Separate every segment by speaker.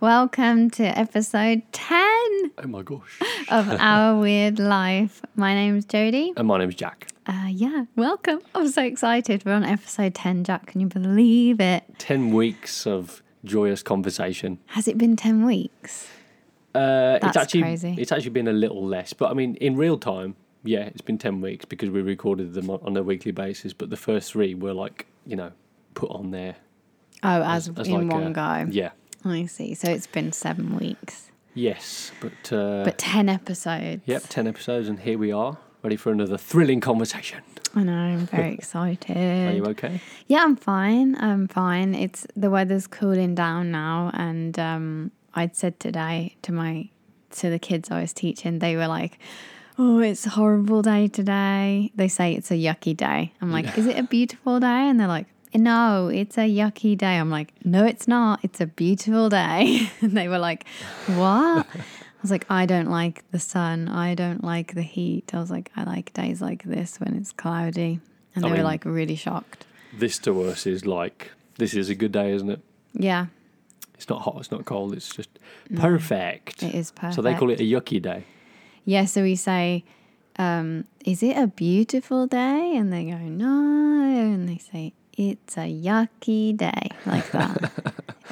Speaker 1: welcome to episode 10
Speaker 2: Oh my gosh.
Speaker 1: of Our Weird Life. My name's Jodie.
Speaker 2: And my name's Jack.
Speaker 1: Uh, yeah, welcome. I'm so excited. We're on episode 10, Jack. Can you believe it?
Speaker 2: 10 weeks of joyous conversation.
Speaker 1: Has it been 10 weeks?
Speaker 2: Uh,
Speaker 1: That's
Speaker 2: it's actually,
Speaker 1: crazy.
Speaker 2: It's actually been a little less, but I mean, in real time, yeah, it's been 10 weeks because we recorded them on on a weekly basis, but the first three were like, you know, put on there.
Speaker 1: Oh, as,
Speaker 2: as
Speaker 1: in
Speaker 2: like
Speaker 1: one
Speaker 2: a-
Speaker 1: go.
Speaker 2: Yeah.
Speaker 1: I see. So it's been seven weeks,
Speaker 2: Yes. But, uh,
Speaker 1: but 10 episodes.
Speaker 2: yep, 10 episodes, and here we are, ready for another thrilling conversation.
Speaker 1: I know. I'm very
Speaker 2: Are you
Speaker 1: excited.
Speaker 2: okay?
Speaker 1: Yeah, I'm fine. I'm fine. It's the weather's cooling down now, and um, I'd said today to my to the kids I was teaching, they were like, "Oh, it's a horrible day today." They say it's a yucky day. I'm like, "Is it a beautiful day?" And they're like, "No, it's a yucky day." I'm like, "No, it's not. It's a beautiful day." and they were like, "What?" I was like, I don't like the sun. I don't like the heat. I was like, I like days like this when it's cloudy. And
Speaker 2: I
Speaker 1: they were
Speaker 2: mean-
Speaker 1: like really shocked.
Speaker 2: This to us is like, this is a good day, isn't it?
Speaker 1: Yeah,
Speaker 2: It's not hot, it's not cold, it's just perfect.
Speaker 1: it is perfect.
Speaker 2: So they call it a yucky day.
Speaker 1: Yeah, so we say, um, is it a beautiful day? And they go, no. And they say, it's a yucky day, like that.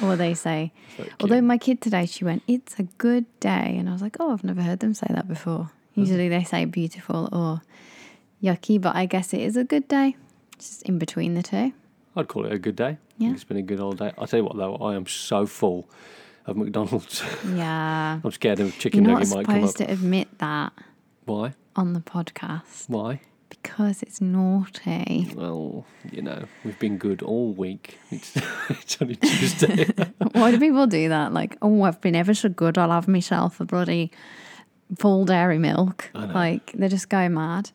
Speaker 1: or they say, although my kid today, she went, it's a good day. And I was like, oh, I've never heard them say that before.
Speaker 2: Mm-hmm.
Speaker 1: Usually they say beautiful or yucky, but I guess it is a good day. It's just in between the two.
Speaker 2: I'd call it a good day. I
Speaker 1: Yeah.
Speaker 2: think It's been a good old day. I'll tell you what, though, I am so full of McDonald's.
Speaker 1: Yeah.
Speaker 2: I'm scared a chicken
Speaker 1: You're not
Speaker 2: nugget might come up.
Speaker 1: supposed to admit that
Speaker 2: Why?
Speaker 1: on the podcast
Speaker 2: Why?
Speaker 1: because it's naughty.
Speaker 2: Well, you know, we've been good all week. It's, it's only Tuesday.
Speaker 1: Why do people do that? Like, oh, I've been ever so good. I'll have myself a bloody full dairy milk. Like, they just go mad.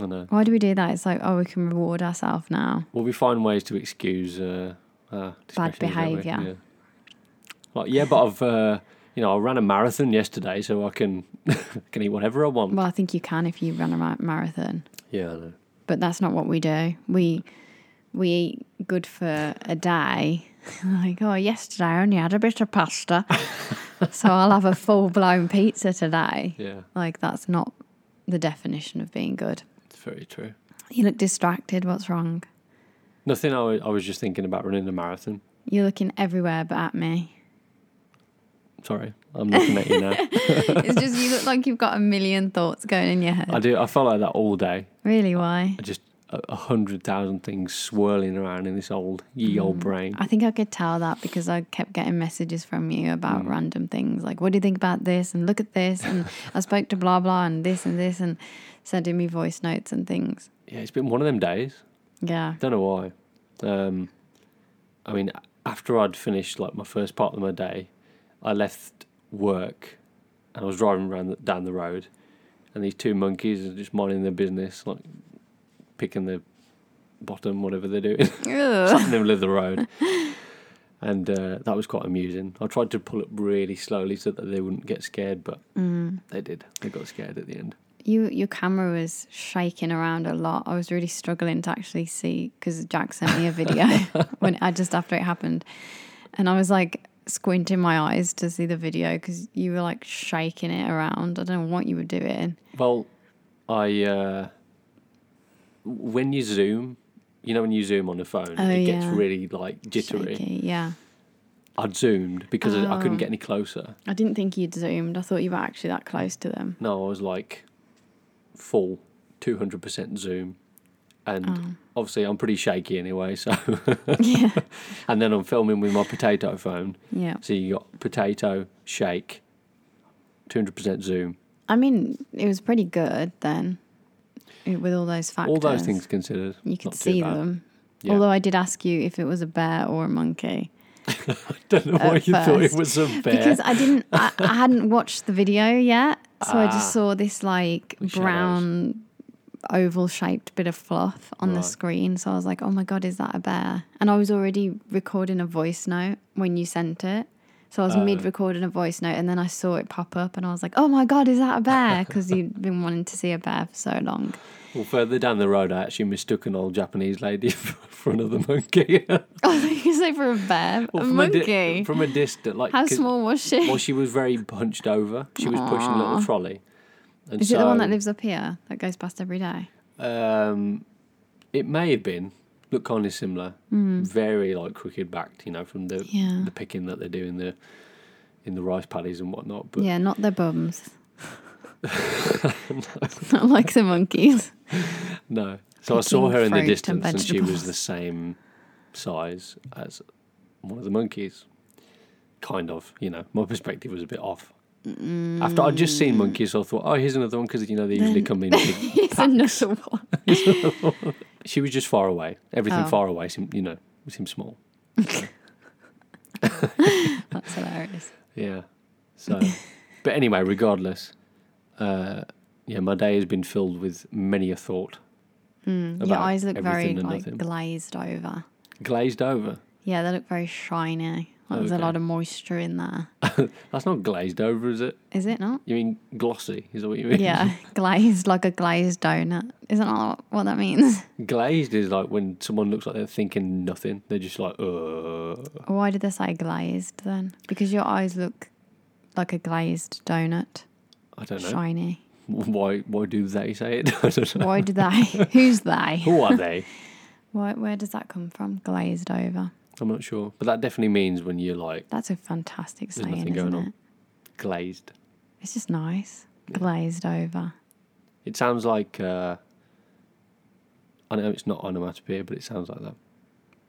Speaker 2: I know.
Speaker 1: Why do we do that? It's like, oh, we can reward ourselves now.
Speaker 2: Well, we find ways to excuse uh, uh, discretion, don't we?
Speaker 1: behaviour.
Speaker 2: Yeah. Like, yeah, but I've, uh, you know, I ran a marathon yesterday, so I can can eat whatever I want.
Speaker 1: Well, I think you can if you run a ma- marathon,
Speaker 2: Yeah, I know.
Speaker 1: but that's not what we do. We we eat good for a day. like, oh, yesterday I only had a bit of pasta, so I'll have a full blown pizza today.
Speaker 2: Yeah,
Speaker 1: Like, that's not the definition of being good.
Speaker 2: it's very true.
Speaker 1: You look distracted. What's wrong?
Speaker 2: Nothing. I wa- I was just thinking about running a marathon.
Speaker 1: You're looking everywhere but at me.
Speaker 2: Sorry, I'm looking at you now.
Speaker 1: It's just you look like you've got a million thoughts going in your head.
Speaker 2: I do. I felt like that all day.
Speaker 1: really, why?
Speaker 2: I Just a a hundred thousand things swirling around in this old ye old brain.
Speaker 1: I think I could tell that because I kept getting messages from you about random things like, what do you think about this? And look at this. And I spoke to blah, blah, and this and this, and sending me voice notes and things.
Speaker 2: Yeah, it's been one of them days.
Speaker 1: Yeah.
Speaker 2: Don't know why. Um, I mean, a- after I'd finished like my first part of my day, I left work and I was driving around the, down the road, and these two monkeys are just minding their business, like picking the bottom, whatever they're doing.
Speaker 1: Ugh.
Speaker 2: sat in the middle of the road. And uh, that was quite amusing. I tried to pull up really slowly so that they wouldn't get scared, but
Speaker 1: Mm.
Speaker 2: they did. They got scared at the end.
Speaker 1: You, your camera was shaking around a lot. I was really struggling to actually see because Jack sent me a video when I just after it happened, and I was like squinting my eyes to see the video because you were like shaking it around. I don't know what you were doing.
Speaker 2: Well, I uh, when you zoom, you know when you zoom on the phone,
Speaker 1: Oh,
Speaker 2: it gets
Speaker 1: yeah.
Speaker 2: really like jittery.
Speaker 1: Shaky, Oh. yeah.
Speaker 2: I'd zoomed because I I couldn't get any closer.
Speaker 1: I didn't think you'd zoomed. I thought you were actually that close to them.
Speaker 2: No, I was like full two hundred percent zoom, and obviously I'm pretty shaky anyway. So,
Speaker 1: Oh. yeah,
Speaker 2: and then I'm filming with my potato phone.
Speaker 1: yeah.
Speaker 2: So you got potato shake, two hundred percent zoom.
Speaker 1: I mean, it was pretty good then, it- with all those factors.
Speaker 2: All those things considered,
Speaker 1: You could
Speaker 2: not too
Speaker 1: see
Speaker 2: bad.
Speaker 1: them.
Speaker 2: Yeah.
Speaker 1: Although I did ask you if it was a bear or a monkey.
Speaker 2: Don't know why
Speaker 1: at
Speaker 2: you thought it
Speaker 1: first.
Speaker 2: was a bear.
Speaker 1: Because I didn't, I, I hadn't watched the video yet, so I
Speaker 2: Ah.
Speaker 1: just saw this like
Speaker 2: With shadows.
Speaker 1: brown oval-shaped bit of fluff on the
Speaker 2: Right.
Speaker 1: screen. So I was like, "Oh my god, is that a bear?" And I was already recording a voice note when you sent it, So I was
Speaker 2: Oh.
Speaker 1: mid recording a voice note and then I saw it pop up and I was like, oh my God, is that a bear? Because you'd been wanting to see a bear for so long.
Speaker 2: Well, further down the road, I actually mistook an old Japanese lady for, for another monkey.
Speaker 1: Oh, you could say for a bear,
Speaker 2: Well,
Speaker 1: a
Speaker 2: from a di-
Speaker 1: monkey.
Speaker 2: from a distance, like
Speaker 1: How
Speaker 2: 'cause-
Speaker 1: small was she?
Speaker 2: Well, she was very punched over. She was pushing a little
Speaker 1: Aw.
Speaker 2: trolley. And
Speaker 1: Is it the one
Speaker 2: so,
Speaker 1: that lives up here that goes past every day?
Speaker 2: Um, it may have been. Look kind of similar. Very like crooked backed, you know, from the
Speaker 1: Hmm. Yeah.
Speaker 2: the picking that they do in the in the rice paddies and whatnot. But
Speaker 1: yeah, not their bums. not like the monkeys.
Speaker 2: no. So I saw
Speaker 1: Picking
Speaker 2: her in the
Speaker 1: fruit and
Speaker 2: distance and she was
Speaker 1: vegetables.
Speaker 2: the same size as one of the monkeys. Kind of, you know. My perspective was a bit off. After I'd just seen monkeys, so I thought, oh, here's another one because, you know, they usually come in big
Speaker 1: It's another one.
Speaker 2: She was just far away. Everything
Speaker 1: Oh.
Speaker 2: far away seemed, you know, seemed small.
Speaker 1: That's hilarious.
Speaker 2: Yeah. So, but anyway, regardless, uh, yeah, my day has been filled with many a thought.
Speaker 1: Mm, your
Speaker 2: About
Speaker 1: eyes look very
Speaker 2: everything and
Speaker 1: like
Speaker 2: nothing.
Speaker 1: glazed over.
Speaker 2: Glazed over.
Speaker 1: Yeah, they look very shiny. Like, There's a
Speaker 2: Okay.
Speaker 1: lot of moisture in there.
Speaker 2: That's not glazed over, is it?
Speaker 1: Is it not?
Speaker 2: You mean glossy? Is that what you mean?
Speaker 1: Yeah, glazed like a glazed donut. Isn't that what that means?
Speaker 2: glazed is like when someone looks like they're thinking nothing. They're just like, uh.
Speaker 1: Why did they say glazed then? Because your eyes look like a glazed donut,
Speaker 2: I don't know.
Speaker 1: shiny.
Speaker 2: Why? Why do they say it? I don't know.
Speaker 1: Why do they? Who's they?
Speaker 2: Who are they?
Speaker 1: Why, where does that come from? Glazed over.
Speaker 2: I'm not sure. But that definitely means when you're like
Speaker 1: That's a fantastic
Speaker 2: There's
Speaker 1: saying,
Speaker 2: nothing
Speaker 1: isn't
Speaker 2: going on.
Speaker 1: it?
Speaker 2: glazed.
Speaker 1: It's just nice. Glazed over.
Speaker 2: It sounds like uh, I know it's not onomatopoeia, but it sounds like that.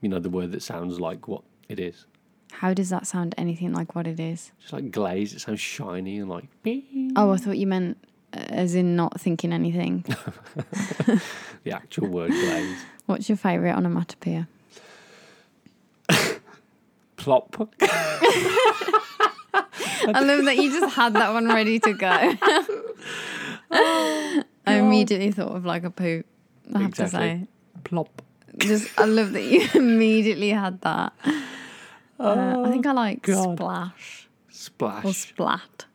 Speaker 2: You know, the word that sounds like what it is.
Speaker 1: How does that sound anything like what it is?
Speaker 2: Just like glazed, it sounds shiny and like. "Bing."
Speaker 1: Oh, I thought you meant uh, as in not thinking anything.
Speaker 2: The actual word glazed.
Speaker 1: What's your favourite onomatopoeia?
Speaker 2: Plop.
Speaker 1: I love that you just had that one ready to go.
Speaker 2: Oh,
Speaker 1: I immediately thought of like a poop. I have
Speaker 2: Exactly. Plop.
Speaker 1: to say, just I love that you immediately had that. Uh, I think I like
Speaker 2: God.
Speaker 1: splash or
Speaker 2: Splash.
Speaker 1: splat.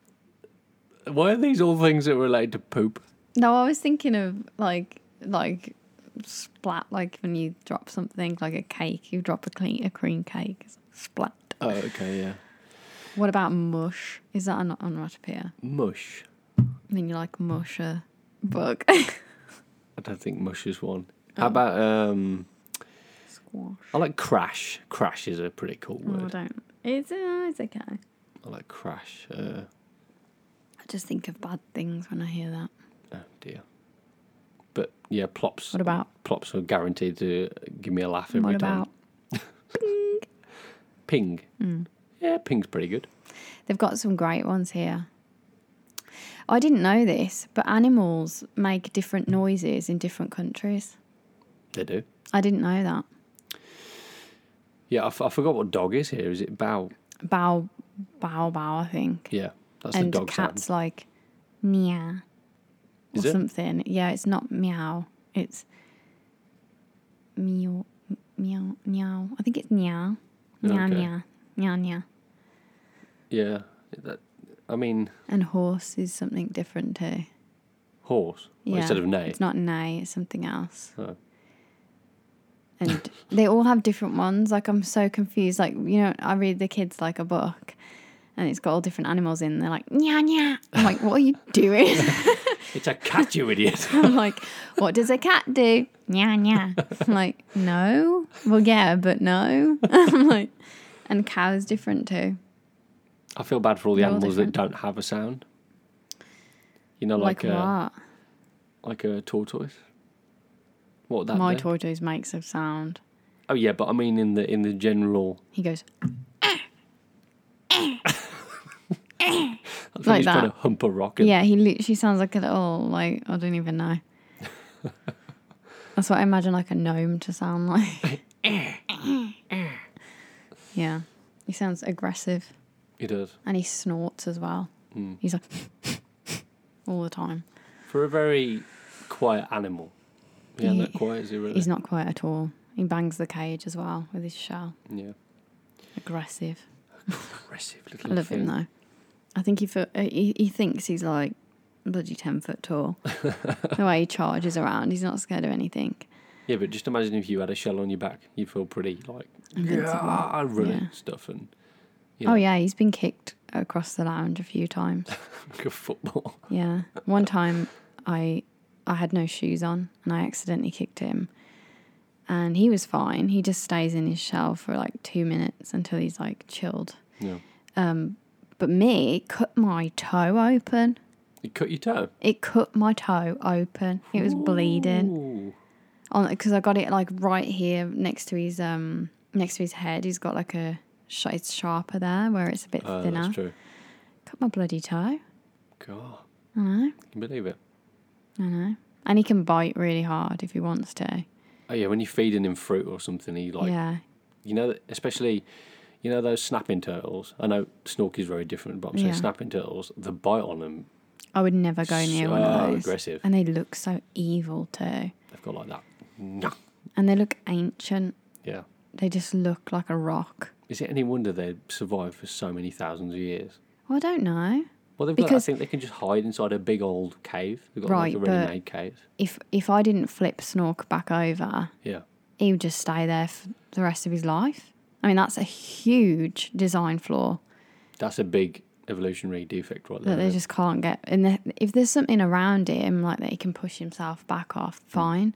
Speaker 2: Why are these all things that relate to poop?
Speaker 1: No, I was thinking of like like splat, like when you drop something like a cake, you drop a clean a cream cake, splat.
Speaker 2: Oh, okay, yeah.
Speaker 1: What about mush? Is that an onomatopoeia?
Speaker 2: Mush.
Speaker 1: When you like mush a bug,
Speaker 2: I don't think mush is one. How about um?
Speaker 1: squash.
Speaker 2: I like crash. Crash is a pretty cool
Speaker 1: No, I
Speaker 2: word.
Speaker 1: don't. It's uh, it's okay. I
Speaker 2: I like crash. Uh,
Speaker 1: just think of bad things when I hear that.
Speaker 2: Oh dear. But yeah, plops.
Speaker 1: What about
Speaker 2: plops are guaranteed to give me a laugh every
Speaker 1: what
Speaker 2: time.
Speaker 1: about? Mm.
Speaker 2: Ping. Yeah, ping's pretty good.
Speaker 1: They've got some great ones here. I didn't know this, but animals make different noises in different countries.
Speaker 2: They do.
Speaker 1: I didn't know that.
Speaker 2: Yeah, I, f- I forgot what dog is here. Is it bow?
Speaker 1: Bow, bow, bow. I think.
Speaker 2: Yeah, that's
Speaker 1: and
Speaker 2: the dog
Speaker 1: cats
Speaker 2: sound.
Speaker 1: like meow or
Speaker 2: Is it?
Speaker 1: something. Yeah, it's not meow. It's meow, meow, meow. I think it's meow, meow,
Speaker 2: Okay.
Speaker 1: meow, meow, meow.
Speaker 2: Yeah. That, I mean,
Speaker 1: And horse is something different too.
Speaker 2: horse well,
Speaker 1: Yeah,
Speaker 2: instead of neigh.
Speaker 1: It's not neigh. It's something else.
Speaker 2: Oh.
Speaker 1: And they all have different ones. Like I'm so confused. Like you know, I read the kids like a book, and it's got all different animals in. They're like nya nya. I'm like, what are you doing?
Speaker 2: It's a cat, you idiot.
Speaker 1: I'm like, what does a cat do? Nya nya. I'm like, no. Well, yeah, but no. I'm like, and cows different too.
Speaker 2: I feel bad for all the
Speaker 1: They're all
Speaker 2: animals that don't have a sound. You know, like uh,
Speaker 1: Like,
Speaker 2: a
Speaker 1: what?
Speaker 2: like a tortoise. What that?
Speaker 1: My
Speaker 2: there?
Speaker 1: tortoise makes a sound.
Speaker 2: oh yeah, but I mean in the in the general.
Speaker 1: He goes
Speaker 2: I think
Speaker 1: Like
Speaker 2: he's trying
Speaker 1: that.
Speaker 2: to hump a rock. and-
Speaker 1: Yeah, he literally sounds like a little like I don't even know. That's what I imagine like a gnome to sound like. yeah, he sounds aggressive
Speaker 2: He does.
Speaker 1: and he snorts as well.
Speaker 2: Hmm.
Speaker 1: He's like all the time.
Speaker 2: For a very quiet animal. Yeah,
Speaker 1: He-
Speaker 2: not quiet, is he really?
Speaker 1: He's not quiet at all. He bangs the cage as well with his shell.
Speaker 2: Yeah.
Speaker 1: Aggressive.
Speaker 2: impressive
Speaker 1: I
Speaker 2: little
Speaker 1: love
Speaker 2: thing.
Speaker 1: him though. I think he, fe- uh, he he thinks he's like bloody ten foot tall. the way he charges around, he's not scared of anything.
Speaker 2: Yeah, but just imagine if you had a shell on your back, you'd feel pretty like
Speaker 1: Invincible.
Speaker 2: yeah, running
Speaker 1: Yeah.
Speaker 2: stuff and you know,
Speaker 1: Oh yeah, he's been kicked across the lounge a few times.
Speaker 2: like a football.
Speaker 1: Yeah. One time I I had no shoes on and I accidentally kicked him. And he was fine. He just stays in his shell for like 2 minutes until he's like chilled.
Speaker 2: Yeah,
Speaker 1: But me, it cut my toe open.
Speaker 2: you cut your toe.
Speaker 1: It cut my toe open. It was bleeding
Speaker 2: Ooh.
Speaker 1: on cuz I got it like right here next to his um next to his head. He's got like a sh- it's sharper there where it's a bit
Speaker 2: Uh,
Speaker 1: thinner.
Speaker 2: that's true.
Speaker 1: Cut my bloody toe.
Speaker 2: God,
Speaker 1: I know.
Speaker 2: can you believe it.
Speaker 1: I know. And he can bite really hard if he wants to.
Speaker 2: Oh yeah, when you're feeding him fruit or something, he like
Speaker 1: yeah.
Speaker 2: you know, especially you know those snapping turtles. I know snorky's very different, but I'm saying
Speaker 1: Yeah.
Speaker 2: snapping turtles, the bite on them,
Speaker 1: I would never go near one of
Speaker 2: So
Speaker 1: those.
Speaker 2: aggressive.
Speaker 1: And they look so evil too.
Speaker 2: they've got like that. Nah.
Speaker 1: And they look ancient.
Speaker 2: Yeah.
Speaker 1: They just look like a rock.
Speaker 2: Is it any wonder they survived for so many thousands of years?
Speaker 1: Well, I don't know.
Speaker 2: Well, they've got. I
Speaker 1: Because-
Speaker 2: think they can just hide inside a big old cave. They've got
Speaker 1: Right,
Speaker 2: like
Speaker 1: but-
Speaker 2: a ready-made cave.
Speaker 1: If if I didn't flip Snork back over,
Speaker 2: Yeah.
Speaker 1: he would just stay there for the rest of his life. I mean, that's a huge design flaw
Speaker 2: That's a big evolutionary defect right
Speaker 1: that
Speaker 2: there.
Speaker 1: they
Speaker 2: isn't it?
Speaker 1: just can't get. And the- if there's something around him, like that he can push himself back off, fine.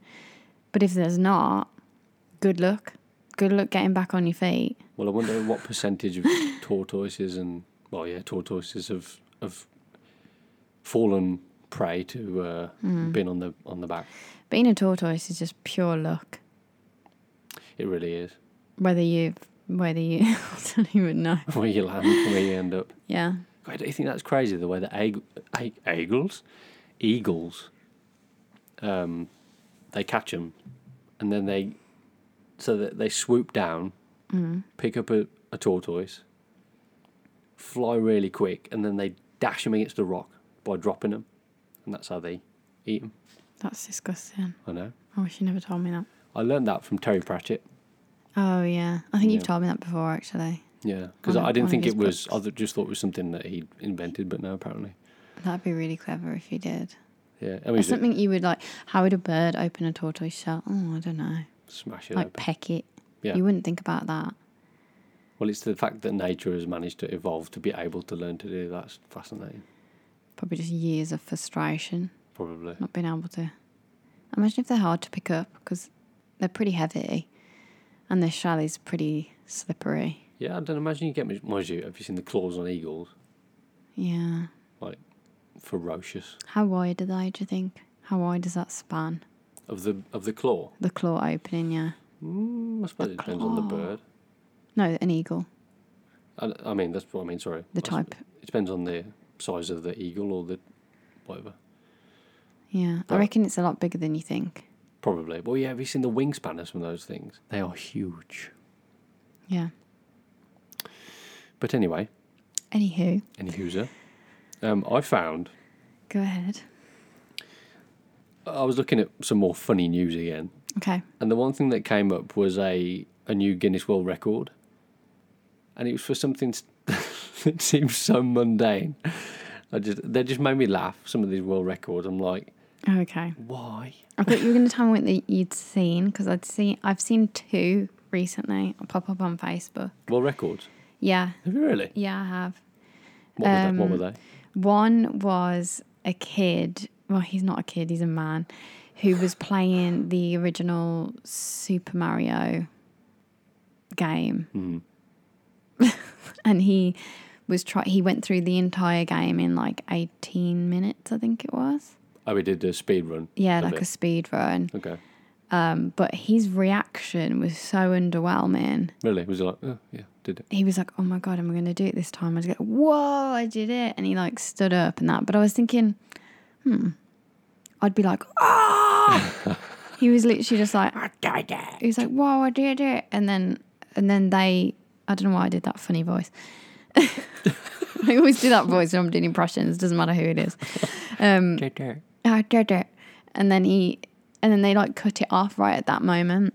Speaker 1: But if there's not, good luck. Good luck getting back on your feet.
Speaker 2: Well, I wonder what percentage of tortoises and well, yeah, tortoises have have fallen prey to uh, being on the on the back.
Speaker 1: Being a tortoise is just pure luck.
Speaker 2: It really is.
Speaker 1: Whether you, whether you, I don't even know.
Speaker 2: Where you land, where you end up.
Speaker 1: Yeah,
Speaker 2: God, do you think that's crazy? The way that eag- eag- eagles, eagles, um, they catch them, and then they, so that they swoop down,
Speaker 1: Mm-hmm.
Speaker 2: pick up a, a tortoise, fly really quick, and then they dash them against a rock by dropping them, and that's how they eat them.
Speaker 1: that's disgusting.
Speaker 2: I know.
Speaker 1: I wish you never told me that.
Speaker 2: I learned that from Terry Pratchett.
Speaker 1: Oh yeah, I think you've
Speaker 2: Yeah.
Speaker 1: told me that before actually.
Speaker 2: Yeah, because
Speaker 1: One of-
Speaker 2: I
Speaker 1: one
Speaker 2: didn't
Speaker 1: of
Speaker 2: think
Speaker 1: his
Speaker 2: it was.
Speaker 1: books.
Speaker 2: I just thought it was something that he invented, but no, apparently.
Speaker 1: That'd be really clever if you did.
Speaker 2: Yeah, I mean,
Speaker 1: That's
Speaker 2: just
Speaker 1: something you would like. How would a bird open a tortoise shell? Oh, I don't know.
Speaker 2: smash it
Speaker 1: Like
Speaker 2: open.
Speaker 1: peck it.
Speaker 2: Yeah.
Speaker 1: You wouldn't think about that.
Speaker 2: Well, it's the fact that nature has managed to evolve to be able to learn to do that's fascinating.
Speaker 1: Probably just years of frustration
Speaker 2: Probably.
Speaker 1: not being able to. Imagine if they're hard to pick up because they're pretty heavy, and their shell is pretty slippery.
Speaker 2: Yeah, I don't imagine you get much. Mind you, have you seen the claws on eagles?
Speaker 1: Yeah.
Speaker 2: Like ferocious
Speaker 1: How wide are they, do you think? How wide does that span?
Speaker 2: of the of the claw.
Speaker 1: The claw opening, yeah.
Speaker 2: Mm, I suppose it depends on the
Speaker 1: claw.
Speaker 2: bird.
Speaker 1: No, an eagle.
Speaker 2: I, I mean, that's what I mean. Sorry.
Speaker 1: The
Speaker 2: I sup-
Speaker 1: type.
Speaker 2: It depends on the size of the eagle or the whatever.
Speaker 1: Yeah. I
Speaker 2: Right.
Speaker 1: reckon it's a lot bigger than you think.
Speaker 2: Probably. Well, yeah. Have you seen the wingspan of some of those things? They are huge.
Speaker 1: Yeah.
Speaker 2: But anyway,
Speaker 1: Anywho,
Speaker 2: any hooser, um, I found
Speaker 1: go ahead.
Speaker 2: I was looking at some more funny news again.
Speaker 1: Okay.
Speaker 2: And the one thing that came up was a, a new Guinness World Record. And it was for something s- that seems so mundane. I just they just made me laugh, some of these world records. I'm like,
Speaker 1: Okay.
Speaker 2: why?
Speaker 1: I thought you were going to tell me what that you'd seen because I'd seen, I've seen two recently pop up on Facebook.
Speaker 2: World records?
Speaker 1: Yeah.
Speaker 2: Have you really?
Speaker 1: Yeah, I have.
Speaker 2: What, were,
Speaker 1: Um,
Speaker 2: they, what were they?
Speaker 1: One was a kid. Well, he's not a kid, he's a man who was playing the original Super Mario game. and he was try he went through the entire game in like 18 minutes, I think it was.
Speaker 2: Oh, we did a speed run.
Speaker 1: Yeah,
Speaker 2: of
Speaker 1: like a
Speaker 2: it.
Speaker 1: speed run.
Speaker 2: Okay.
Speaker 1: But his reaction was so underwhelming.
Speaker 2: Really? Was it like, oh, yeah, did it?
Speaker 1: he was like, "Oh my god, am I going to do it this time?" I was like, "Whoa, I did it!" And he like stood up and that. But I was thinking, hmm, I'd be like, "Ah!" he was literally just like, "I did it." He was like, "Whoa, I did it!" And then and then they, I don't know why I did that funny voice. I always do that voice when I'm doing impressions. Doesn't matter who it is. Mm.
Speaker 2: Did it.
Speaker 1: I did it. And then he, and then they like cut it off right at that moment.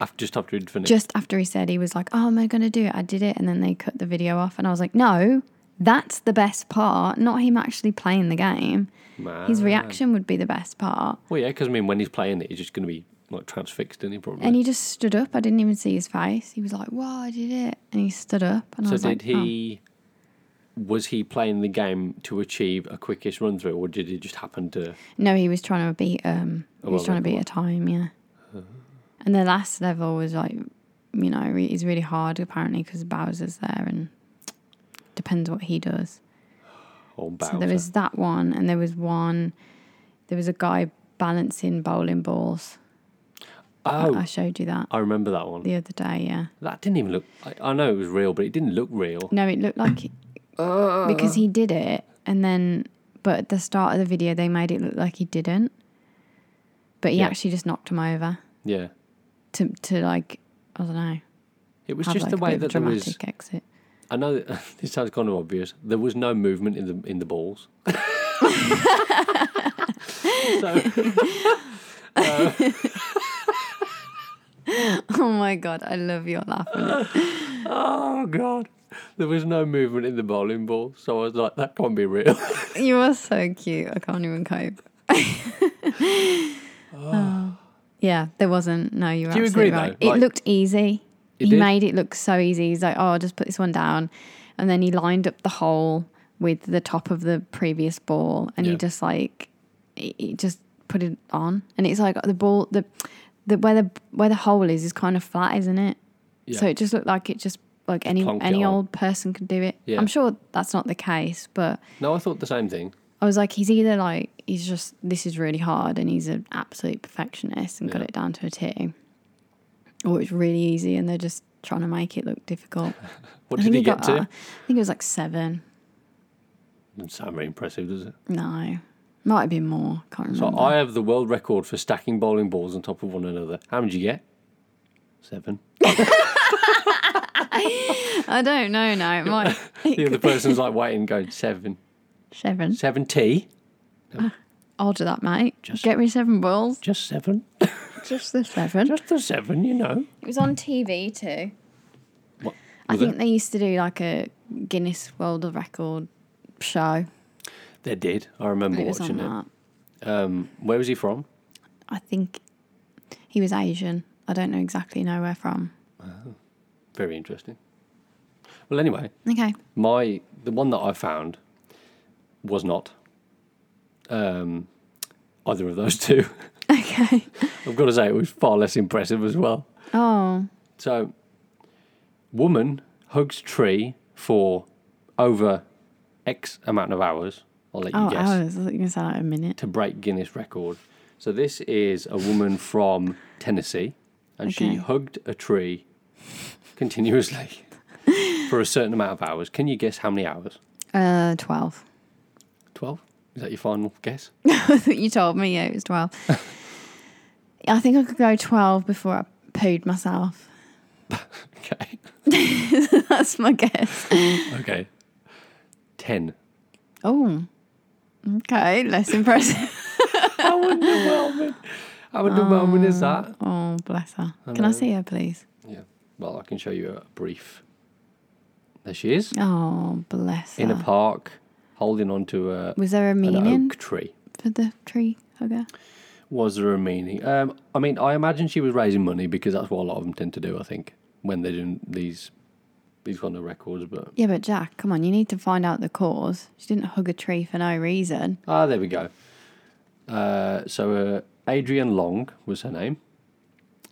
Speaker 2: After, just after he'd finished.
Speaker 1: Just after he said he was like, "Oh, am I going to do it?" I did it, and then they cut the video off, and I was like, "No, that's the best part, not him actually playing the game. His
Speaker 2: Man.
Speaker 1: reaction would be the best part."
Speaker 2: Well, yeah, because I mean, when he's playing it, he's just going to be like transfixed, isn't he? Probably.
Speaker 1: And he just stood up. I didn't even see his face. He was like, "Wow, I did it!" And he stood up, and I
Speaker 2: so
Speaker 1: was
Speaker 2: did
Speaker 1: like, "Oh."
Speaker 2: he? Was he playing the game to achieve a quickest run through, or did it just happen to?
Speaker 1: "Oh." No, he was trying to beat um he
Speaker 2: Oh,
Speaker 1: was
Speaker 2: well,
Speaker 1: trying to
Speaker 2: like
Speaker 1: beat a
Speaker 2: what? Uh-huh.
Speaker 1: time, yeah. And the last level was like, you know, re- is really hard apparently because Bowser's there and depends what he does.
Speaker 2: Oh,
Speaker 1: So there
Speaker 2: Bowser.
Speaker 1: was that one, and there was one. There was a guy balancing bowling balls. I-
Speaker 2: oh,
Speaker 1: I showed you that
Speaker 2: I remember that one.
Speaker 1: the other day. Yeah.
Speaker 2: That didn't even look. I, I know it was real, but it didn't look real.
Speaker 1: No, it looked like
Speaker 2: Uh.
Speaker 1: because he did it, and then but at the start of the video they made it look like he didn't, but he
Speaker 2: Yeah.
Speaker 1: actually just knocked him over.
Speaker 2: Yeah,
Speaker 1: to to like I don't know.
Speaker 2: it was
Speaker 1: have
Speaker 2: just
Speaker 1: like
Speaker 2: the
Speaker 1: a
Speaker 2: way
Speaker 1: bit of
Speaker 2: that there
Speaker 1: dramatic
Speaker 2: was.
Speaker 1: exit.
Speaker 2: I know that, this sounds kind of obvious. There was no movement in the in the balls. so
Speaker 1: Oh my god, I love your laugh. on it.
Speaker 2: Oh god. There was no movement in the bowling ball, so I was like, that can't be real.
Speaker 1: you are so cute. I can't even cope. Oh. Yeah, there wasn't. No, you're
Speaker 2: Do you
Speaker 1: absolutely
Speaker 2: agree, though?
Speaker 1: right. it
Speaker 2: Like-
Speaker 1: looked easy.
Speaker 2: It
Speaker 1: he
Speaker 2: did?
Speaker 1: made it look so easy. He's like, oh, I'll just put this one down, and then he lined up the hole with the top of the previous ball, and he
Speaker 2: Yeah.
Speaker 1: just like he he just put it on, and it's like the ball the the where the where the hole is is kind of flat, isn't it?
Speaker 2: Yeah.
Speaker 1: So it just looked like it just like any
Speaker 2: plonk it
Speaker 1: any
Speaker 2: on.
Speaker 1: old person could do it.
Speaker 2: Yeah.
Speaker 1: I'm sure that's not the case, but
Speaker 2: no, I thought the same thing.
Speaker 1: I was like, he's either like he's just this is really hard and he's an absolute perfectionist and got
Speaker 2: Yeah.
Speaker 1: it down to a T, or it's really easy and they're just trying to make it look difficult.
Speaker 2: What did he get
Speaker 1: got,
Speaker 2: to?
Speaker 1: uh, I think it was like seven.
Speaker 2: Doesn't sound very impressive, does it?
Speaker 1: No, might have been more. Can't
Speaker 2: So
Speaker 1: remember.
Speaker 2: I have the world record for stacking bowling balls on top of one another. How many did you get? Seven.
Speaker 1: I don't know. No, it might
Speaker 2: The other person's like waiting, going, seven.
Speaker 1: seven.
Speaker 2: Seventy?
Speaker 1: I'll do that, mate.
Speaker 2: Just-
Speaker 1: Get me seven balls.
Speaker 2: Just seven.
Speaker 1: Just the seven.
Speaker 2: Just the seven, you know.
Speaker 1: It was on TV too.
Speaker 2: What?
Speaker 1: I
Speaker 2: was it?
Speaker 1: think they used to do like a Guinness World Record show.
Speaker 2: They did. I remember
Speaker 1: It was on
Speaker 2: watching it.
Speaker 1: that.
Speaker 2: Um, where was he from?
Speaker 1: I think he was Asian. I don't know exactly know where from.
Speaker 2: Very interesting. Well, anyway,
Speaker 1: Okay.
Speaker 2: My the one that I found was not um, either of those two.
Speaker 1: Okay.
Speaker 2: I've got to say it was far less impressive as well.
Speaker 1: Oh,
Speaker 2: So, woman hugs tree for over X amount of hours. I'll let you
Speaker 1: oh,
Speaker 2: guess
Speaker 1: hours. I thought you were gonna say like a minute.
Speaker 2: to break Guinness record. So this is a woman from Tennessee, and
Speaker 1: Okay.
Speaker 2: she hugged a tree continuously for a certain amount of hours. Can you guess how many hours?
Speaker 1: Uh, twelve.
Speaker 2: 12? Is that your final guess?
Speaker 1: I thought you told me yeah, it was twelve. I think I could go twelve before I pooed myself.
Speaker 2: okay.
Speaker 1: That's my guess.
Speaker 2: Okay. 10.
Speaker 1: Oh. Okay, less impressive.
Speaker 2: How underwhelming. How underwhelming is that?
Speaker 1: oh, bless her. Can I see her, please?
Speaker 2: Yeah. Well, I can show you a brief. There she is
Speaker 1: Oh, bless
Speaker 2: in a
Speaker 1: her.
Speaker 2: park holding onto a,
Speaker 1: Was there a
Speaker 2: an
Speaker 1: meaning
Speaker 2: oak tree.
Speaker 1: for the tree hugger?
Speaker 2: Was there a meaning? Um, I mean, I imagine she was raising money because that's what a lot of them tend to do, I think, when they're doing these these kind of records. But
Speaker 1: Yeah, but Jack, come on, you need to find out the cause. She didn't hug a tree for no reason.
Speaker 2: Ah, there we go. Uh, so uh, Adrian Long was her name.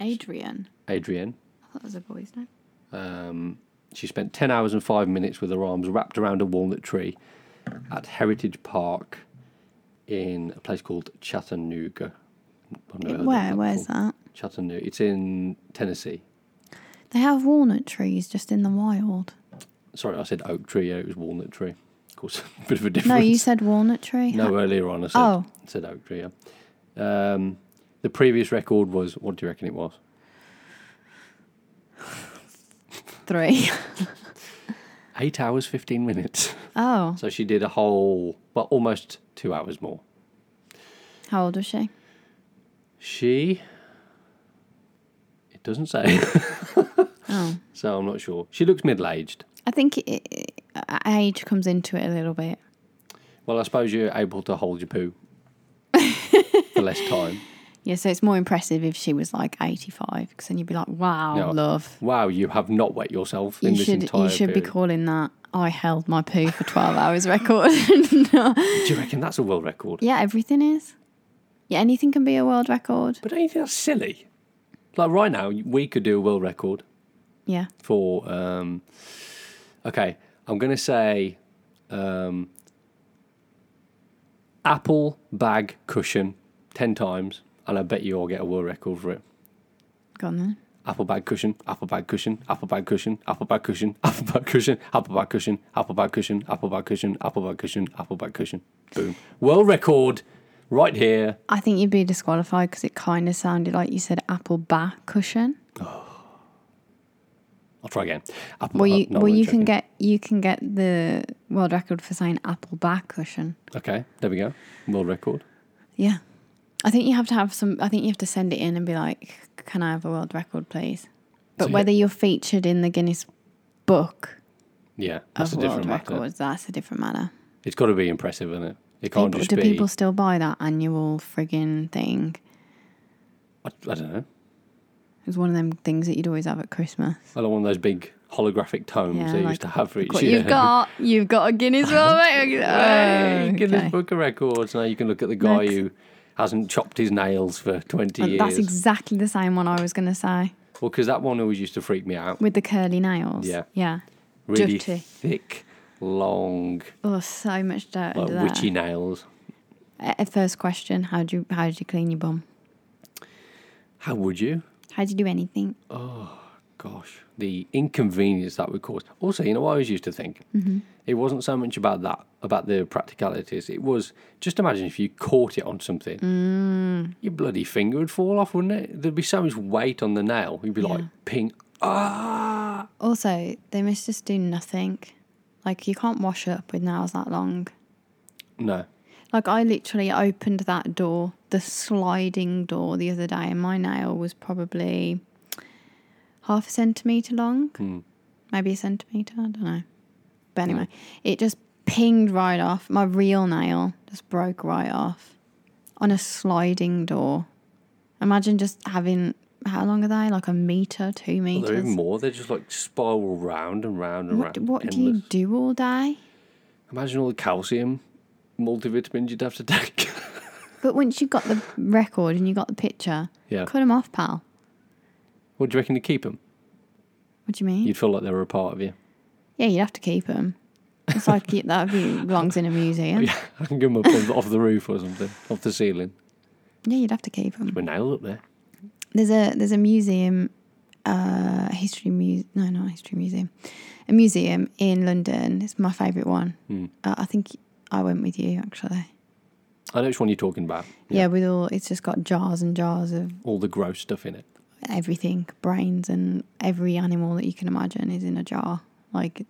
Speaker 1: Adrian.
Speaker 2: Adrian.
Speaker 1: I thought it was a boy's name.
Speaker 2: Um, she spent 10 hours and 5 minutes with her arms wrapped around a walnut tree at Heritage Park in a place called Chattanooga. I've never heard of
Speaker 1: Where? Where's
Speaker 2: before.
Speaker 1: that?
Speaker 2: Chattanooga. It's in Tennessee.
Speaker 1: They have walnut trees just in the wild.
Speaker 2: Sorry, I said oak tree. Yeah, it was walnut tree. Of course, a bit of a
Speaker 1: No,
Speaker 2: difference.
Speaker 1: you said walnut tree.
Speaker 2: No, earlier on I said,
Speaker 1: Oh.
Speaker 2: said oak tree, yeah. Um, the previous record was, what do you reckon it was?
Speaker 1: Three.
Speaker 2: 8 hours, 15 minutes.
Speaker 1: oh,
Speaker 2: So she did a whole, well, almost 2 hours more.
Speaker 1: how old was she?
Speaker 2: She. It doesn't say.
Speaker 1: Oh,
Speaker 2: so I'm not sure. She looks middle aged.
Speaker 1: I think i i age comes into it a little bit.
Speaker 2: Well, I suppose you're able to hold your poo for less time.
Speaker 1: Yeah, so it's more impressive if she was like 85, because then you'd be like, wow,
Speaker 2: No.
Speaker 1: love.
Speaker 2: Wow, you have not wet yourself in
Speaker 1: You
Speaker 2: this
Speaker 1: should,
Speaker 2: entire
Speaker 1: you should be
Speaker 2: period.
Speaker 1: calling that I held my poo for 12 hours record.
Speaker 2: Do you reckon that's a world record?
Speaker 1: yeah, everything is. Yeah, anything can be a world record.
Speaker 2: But don't you think that's silly? Like right now, we could do a world record
Speaker 1: Yeah.
Speaker 2: for. Um, okay, I'm going to say um, apple bag cushion 10 times, and I bet you I'll get a world record for it.
Speaker 1: Go on then.
Speaker 2: Apple bag cushion, apple bag cushion, apple bag cushion, apple bag cushion, apple bag cushion, apple bag cushion, apple bag cushion, apple bag cushion, apple bag cushion, apple bag cushion. Boom. World record right here.
Speaker 1: I think you'd be disqualified because it kind of sounded like you said apple bar cushion.
Speaker 2: I'll try again. Apple
Speaker 1: Well, you
Speaker 2: no,
Speaker 1: well
Speaker 2: I'm
Speaker 1: you can
Speaker 2: joking.
Speaker 1: get you can get the world record for saying apple bar cushion.
Speaker 2: Okay, there we go. World record.
Speaker 1: Yeah, I think you have to have some. I think you have to send it in and be like, "Can I have a world record, please?" But
Speaker 2: So you-
Speaker 1: whether you're featured in the Guinness Book
Speaker 2: Yeah,
Speaker 1: of
Speaker 2: that's a
Speaker 1: World
Speaker 2: different matter.
Speaker 1: Records, that's a different matter.
Speaker 2: It's got to be impressive, isn't it? It can't
Speaker 1: People-
Speaker 2: just
Speaker 1: do
Speaker 2: be.
Speaker 1: people still buy that annual friggin' thing?
Speaker 2: I, I don't know.
Speaker 1: It was one of them things that you'd always have at Christmas.
Speaker 2: I don't want those big holographic tomes
Speaker 1: Yeah,
Speaker 2: they
Speaker 1: like,
Speaker 2: used to have for
Speaker 1: Look
Speaker 2: each
Speaker 1: what
Speaker 2: year.
Speaker 1: you've got, you've got a Guinness World Record.
Speaker 2: Hey,
Speaker 1: Oh,
Speaker 2: Guinness
Speaker 1: okay.
Speaker 2: Book of Records. Now you can look at the guy
Speaker 1: Next.
Speaker 2: who hasn't chopped his nails for 20
Speaker 1: And
Speaker 2: years.
Speaker 1: That's exactly the same one I was going to say
Speaker 2: Well, because that one always used to freak me out.
Speaker 1: with the curly nails.
Speaker 2: Yeah.
Speaker 1: Yeah.
Speaker 2: Really
Speaker 1: Dirty.
Speaker 2: thick, long,
Speaker 1: Oh, so much dirt.
Speaker 2: like
Speaker 1: under there.
Speaker 2: witchy nails.
Speaker 1: Uh, uh, First question: How do you how did you clean your bum?
Speaker 2: How would you?
Speaker 1: How do you do anything?
Speaker 2: Gosh, the inconvenience that would cause. Also, you know what I always used to think?
Speaker 1: Mm-hmm.
Speaker 2: It wasn't so much about that, about the practicalities. It was just imagine if you caught it on something,
Speaker 1: Mm.
Speaker 2: your bloody finger would fall off, wouldn't it? There'd be so much weight on the nail. You'd be like, ping, ah.
Speaker 1: Also, they must just do nothing. Like you can't wash up with nails that long.
Speaker 2: No.
Speaker 1: Like I literally opened that door, the sliding door, the other day, and my nail was probably half a centimeter long,
Speaker 2: Hmm.
Speaker 1: maybe a centimeter. I don't know. But anyway,
Speaker 2: Hmm.
Speaker 1: it just pinged right off. My real nail just broke right off on a sliding door. Imagine just having how long are they? Like a meter, two
Speaker 2: Well, they're
Speaker 1: meters.
Speaker 2: even more. They just like spiral round and round and
Speaker 1: what
Speaker 2: round.
Speaker 1: what do you
Speaker 2: endless.
Speaker 1: do all day?
Speaker 2: Imagine all the calcium multivitamins you'd have to take.
Speaker 1: But once you got the record and you got the picture,
Speaker 2: Yeah.
Speaker 1: cut 'em cut them off, pal.
Speaker 2: what do you reckon to keep them?
Speaker 1: What do you mean?
Speaker 2: You'd feel like they were a part of you.
Speaker 1: Yeah, you'd have to keep them. It's like you- that be, belongs in a museum. Oh, Yeah.
Speaker 2: Yeah, I can give them up on- off the roof or something, off the ceiling.
Speaker 1: you'd have to keep them.
Speaker 2: We're nailed up there.
Speaker 1: There's a there's a museum, uh, history museum. No, not history museum. A museum in London. It's my favourite one. Uh, I think I went with you actually.
Speaker 2: I know which one you're talking about.
Speaker 1: Yeah. with all it's just got jars and jars of
Speaker 2: All the gross stuff in it.
Speaker 1: everything, brains and every animal that you can imagine is in a jar. Like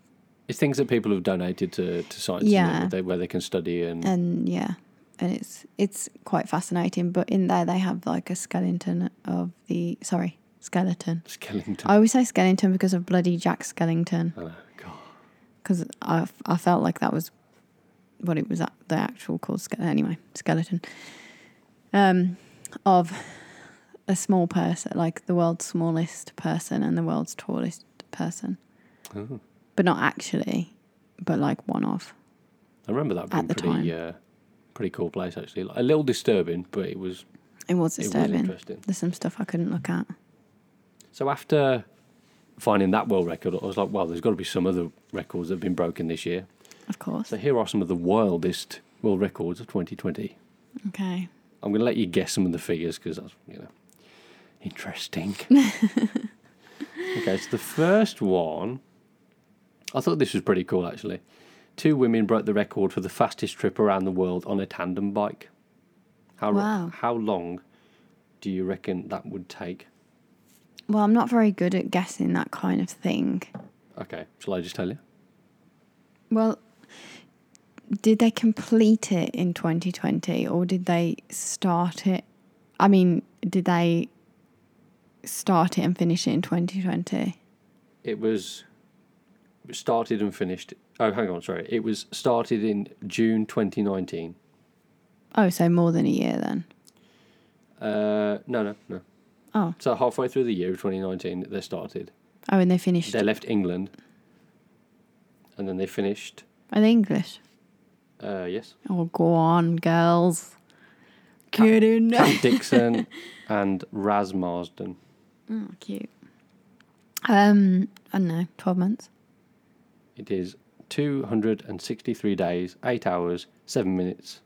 Speaker 2: It's things that people have donated to, to science
Speaker 1: Yeah. Uh,
Speaker 2: and they, where they can study and
Speaker 1: and yeah and it's it's quite fascinating but in there they have like a skeleton of the sorry skeleton
Speaker 2: skeleton.
Speaker 1: i always say skeleton because of bloody jack skellington
Speaker 2: I know, God.
Speaker 1: because I, I felt like that was what it was a- the actual called ske- anyway skeleton um of a small person like the world's smallest person and the world's tallest person Oh. but not actually but like one of
Speaker 2: I remember that being
Speaker 1: At the
Speaker 2: pretty, uh, pretty cool place actually. Like, a little disturbing, but it was
Speaker 1: it was
Speaker 2: was
Speaker 1: disturbing
Speaker 2: interesting.
Speaker 1: there's some stuff i couldn't look at
Speaker 2: So after finding that world record, I was like, well, there's got to be some other records that have been broken this year.
Speaker 1: of course
Speaker 2: So here are some of the wildest world records of 2020.
Speaker 1: Okay.
Speaker 2: I'm going to let you guess some of the figures because that's, you know, interesting. okay, so the first one, I thought this was pretty cool actually. Two women broke the record for the fastest trip around the world on a tandem bike. How,
Speaker 1: Wow.
Speaker 2: how long do you reckon that would take?
Speaker 1: Well, I'm not very good at guessing that kind of thing.
Speaker 2: Okay, shall I just tell you?
Speaker 1: Well, did they complete it in 2020 or did they start it? I mean, did they start it and finish it in 2020?
Speaker 2: It was started and finished. Oh, hang on, sorry. It was started in June 2019.
Speaker 1: Oh, so more than a year then.
Speaker 2: Uh, no, no, no.
Speaker 1: Oh,
Speaker 2: So halfway through the year of 2019, they started.
Speaker 1: oh, and they finished.
Speaker 2: They left England, and then they finished.
Speaker 1: Are they English?
Speaker 2: Uh, yes,
Speaker 1: Oh, go on, girls. Get in.
Speaker 2: Cat Dixon and Raz Marsden.
Speaker 1: Oh, cute. Um, I don't know, 12 months.
Speaker 2: It is 263 days, 8 hours, 7 minutes.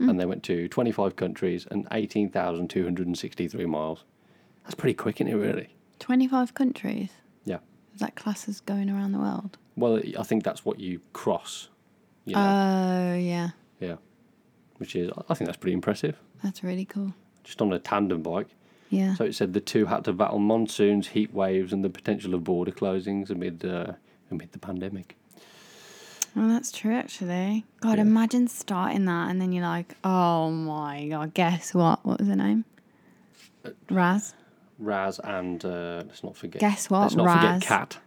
Speaker 2: And they went to 25 countries and 18,263 miles. That's pretty quick, isn't it, really?
Speaker 1: 25 countries.
Speaker 2: Yeah.
Speaker 1: Is that class is going around the world?
Speaker 2: Well, I think that's what you cross, you know,
Speaker 1: Oh, yeah.
Speaker 2: yeah. Which is, I think that's pretty impressive.
Speaker 1: That's really cool.
Speaker 2: Just on a tandem bike.
Speaker 1: Yeah.
Speaker 2: So it said the two had to battle monsoons, heat waves, and the potential of border closings amid, uh, amid the pandemic.
Speaker 1: well, Oh, that's true, actually. God,
Speaker 2: Yeah.
Speaker 1: imagine starting that and then you're like, oh my God, guess what? What was her name?
Speaker 2: Uh,
Speaker 1: Raz.
Speaker 2: Raz and, uh, let's not forget.
Speaker 1: Guess what,
Speaker 2: Let's not
Speaker 1: Raz?
Speaker 2: forget Cat.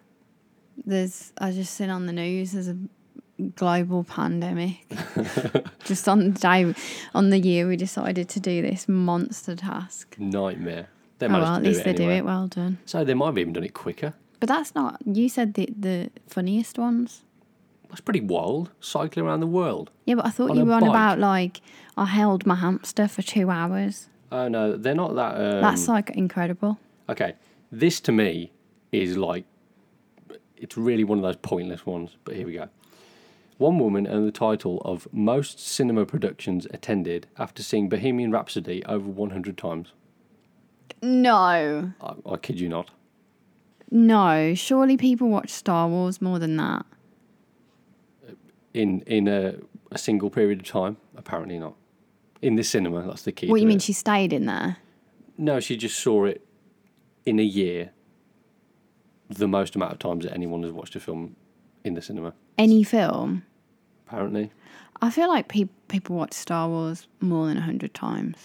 Speaker 1: There's, I just seen on the news, there's a global pandemic. just on the day, on the year we decided to do this monster task.
Speaker 2: Nightmare. They
Speaker 1: Oh,
Speaker 2: managed
Speaker 1: well, at
Speaker 2: to
Speaker 1: least
Speaker 2: do it
Speaker 1: they
Speaker 2: anyway.
Speaker 1: do it. Well done.
Speaker 2: So they might have even done it quicker.
Speaker 1: But that's not. You said the the funniest ones.
Speaker 2: That's pretty wild. Cycling around the world.
Speaker 1: Yeah, but I thought
Speaker 2: On
Speaker 1: you
Speaker 2: a
Speaker 1: were on
Speaker 2: bike.
Speaker 1: about like I held my hamster for two hours.
Speaker 2: Oh no, they're not that. Um,
Speaker 1: That's like incredible.
Speaker 2: okay. This to me is like, it's really one of those pointless ones. But here we go. One woman earned the title of most cinema productions attended after seeing Bohemian Rhapsody over 100 times.
Speaker 1: No,
Speaker 2: I, I kid you not.
Speaker 1: no. Surely people watch Star Wars more than that.
Speaker 2: In in a, a single period of time, apparently not. In the cinema, that's the key.
Speaker 1: What
Speaker 2: to
Speaker 1: you mean
Speaker 2: it.
Speaker 1: she stayed in there?
Speaker 2: No, she just saw it in a year the most amount of times that anyone has watched a film in the cinema,
Speaker 1: Any film?
Speaker 2: apparently.
Speaker 1: I feel like pe- people watch Star Wars more than hundred times.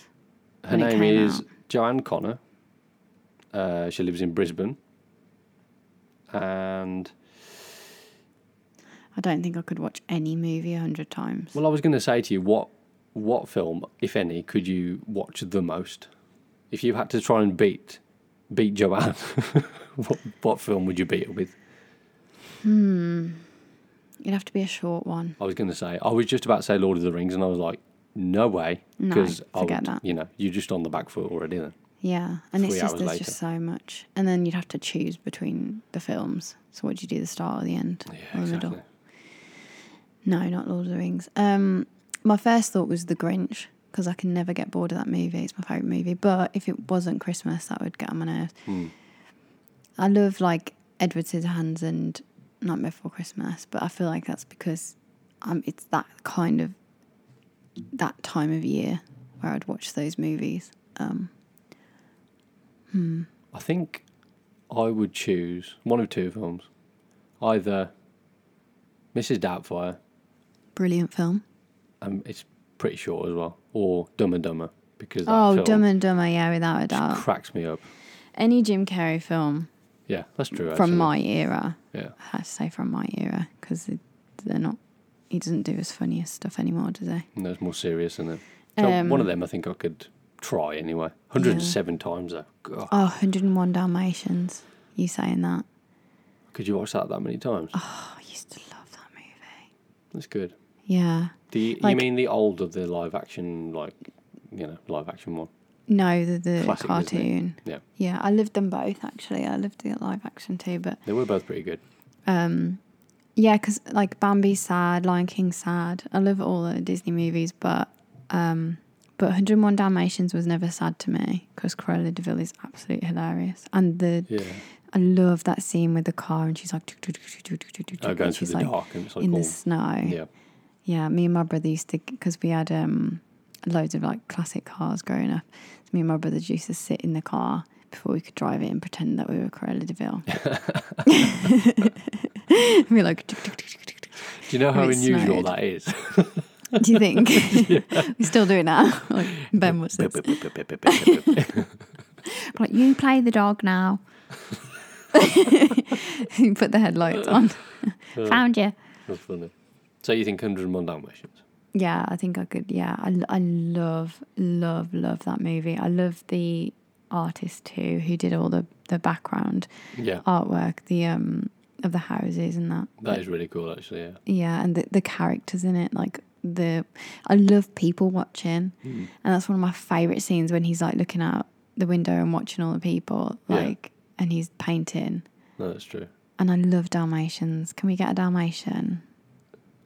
Speaker 2: Her
Speaker 1: When it
Speaker 2: name
Speaker 1: came
Speaker 2: is
Speaker 1: out.
Speaker 2: Joanne Connor. Uh, she lives in Brisbane. And,
Speaker 1: I don't think I could watch any movie a hundred times.
Speaker 2: well, I was going to say to you, what, what film, if any, could you watch the most? If you had to try and beat, beat Joanne, what, what film would you beat her with?
Speaker 1: It'd have to be a short one.
Speaker 2: I was going to say, I was just about to say Lord of the Rings, and I was like, no way.
Speaker 1: No,
Speaker 2: Because I
Speaker 1: forget
Speaker 2: would,
Speaker 1: that.
Speaker 2: You know, you're just on the back foot already then.
Speaker 1: Yeah, and it's
Speaker 2: Three
Speaker 1: just
Speaker 2: hours
Speaker 1: there's
Speaker 2: later.
Speaker 1: just so much, and then you'd have to choose between the films. So what do you do, the start or the end, or the middle? No, not Lord of the Rings. Um, my first thought was The Grinch because I can never get bored of that movie. It's my favorite movie. But if it wasn't Christmas, that would get on my nerves.
Speaker 2: Hmm.
Speaker 1: I love like Edward Scissorhands and Nightmare Before Christmas, but I feel like that's because um, it's that kind of that time of year where I'd watch those movies.
Speaker 2: I think I would choose one of two films either Mrs. Doubtfire,
Speaker 1: Brilliant film.
Speaker 2: um, it's pretty short as well, or Dumb and Dumber, because that
Speaker 1: Oh,
Speaker 2: film
Speaker 1: Dumb and Dumber, yeah, without a doubt.
Speaker 2: cracks me up.
Speaker 1: Any Jim Carrey film
Speaker 2: Yeah, that's true.
Speaker 1: from
Speaker 2: actually.
Speaker 1: my era,
Speaker 2: Yeah.
Speaker 1: I have to say from my era, because they're not. He doesn't do his funniest stuff anymore, does he?
Speaker 2: And that's more serious, isn't it? So
Speaker 1: Um,
Speaker 2: one of them I think I could try anyway. 107 times though. God,
Speaker 1: Oh, 101 Dalmatians. You saying that?
Speaker 2: could you watch that that many times?
Speaker 1: Oh, I used to love that movie.
Speaker 2: That's good.
Speaker 1: Yeah.
Speaker 2: The you
Speaker 1: Like-
Speaker 2: mean the old of the live action like you know live action one?
Speaker 1: No, the, the
Speaker 2: Classic, isn't it?
Speaker 1: cartoon.
Speaker 2: Yeah,
Speaker 1: Yeah, I loved them both actually. I loved the live action too, but
Speaker 2: they were both pretty good.
Speaker 1: yeah, because like Bambi's sad, Lion King's sad. I love all the Disney movies, but um, but 101 Dalmatians was never sad to me because Cruella de Vil is absolutely hilarious, and the
Speaker 2: Yeah,
Speaker 1: I love that scene with the car and she's like, "Tuk, tuk, tuk, tuk, tuk, tuk, tuk,"
Speaker 2: oh,
Speaker 1: and
Speaker 2: going through
Speaker 1: she's
Speaker 2: the
Speaker 1: like
Speaker 2: dark and it's like
Speaker 1: in
Speaker 2: all
Speaker 1: the snow.
Speaker 2: yeah.
Speaker 1: Yeah, me and my brother used to because we had um loads of like classic cars growing up. So me and my brother used to sit in the car before we could drive it and pretend that we were Cruella de Vil. we like, "Tuk, tuk, tuk, tuk, tuk, tuk."
Speaker 2: Do you know how
Speaker 1: And it
Speaker 2: unusual
Speaker 1: snowed.
Speaker 2: that is?
Speaker 1: do you think we still do it now? Like, ben, what's this? I'm like, you play the dog now. You Put the headlights on. Found you.
Speaker 2: That's funny. So you think 101 Dalmatians?
Speaker 1: Yeah, I think I could. Yeah, I, I love, love, love that movie. I love the artist too who did all the, the background
Speaker 2: Yeah,
Speaker 1: Oh, artwork, the um of the houses and that.
Speaker 2: that is really cool actually. Yeah,
Speaker 1: Yeah, and the, the characters in it, like the I love people watching,
Speaker 2: Hmm.
Speaker 1: and that's one of my favorite scenes when he's like looking out the window and watching all the people,
Speaker 2: Yeah.
Speaker 1: like, and he's painting.
Speaker 2: no, that's true.
Speaker 1: And I love Dalmatians. Can we get a Dalmatian?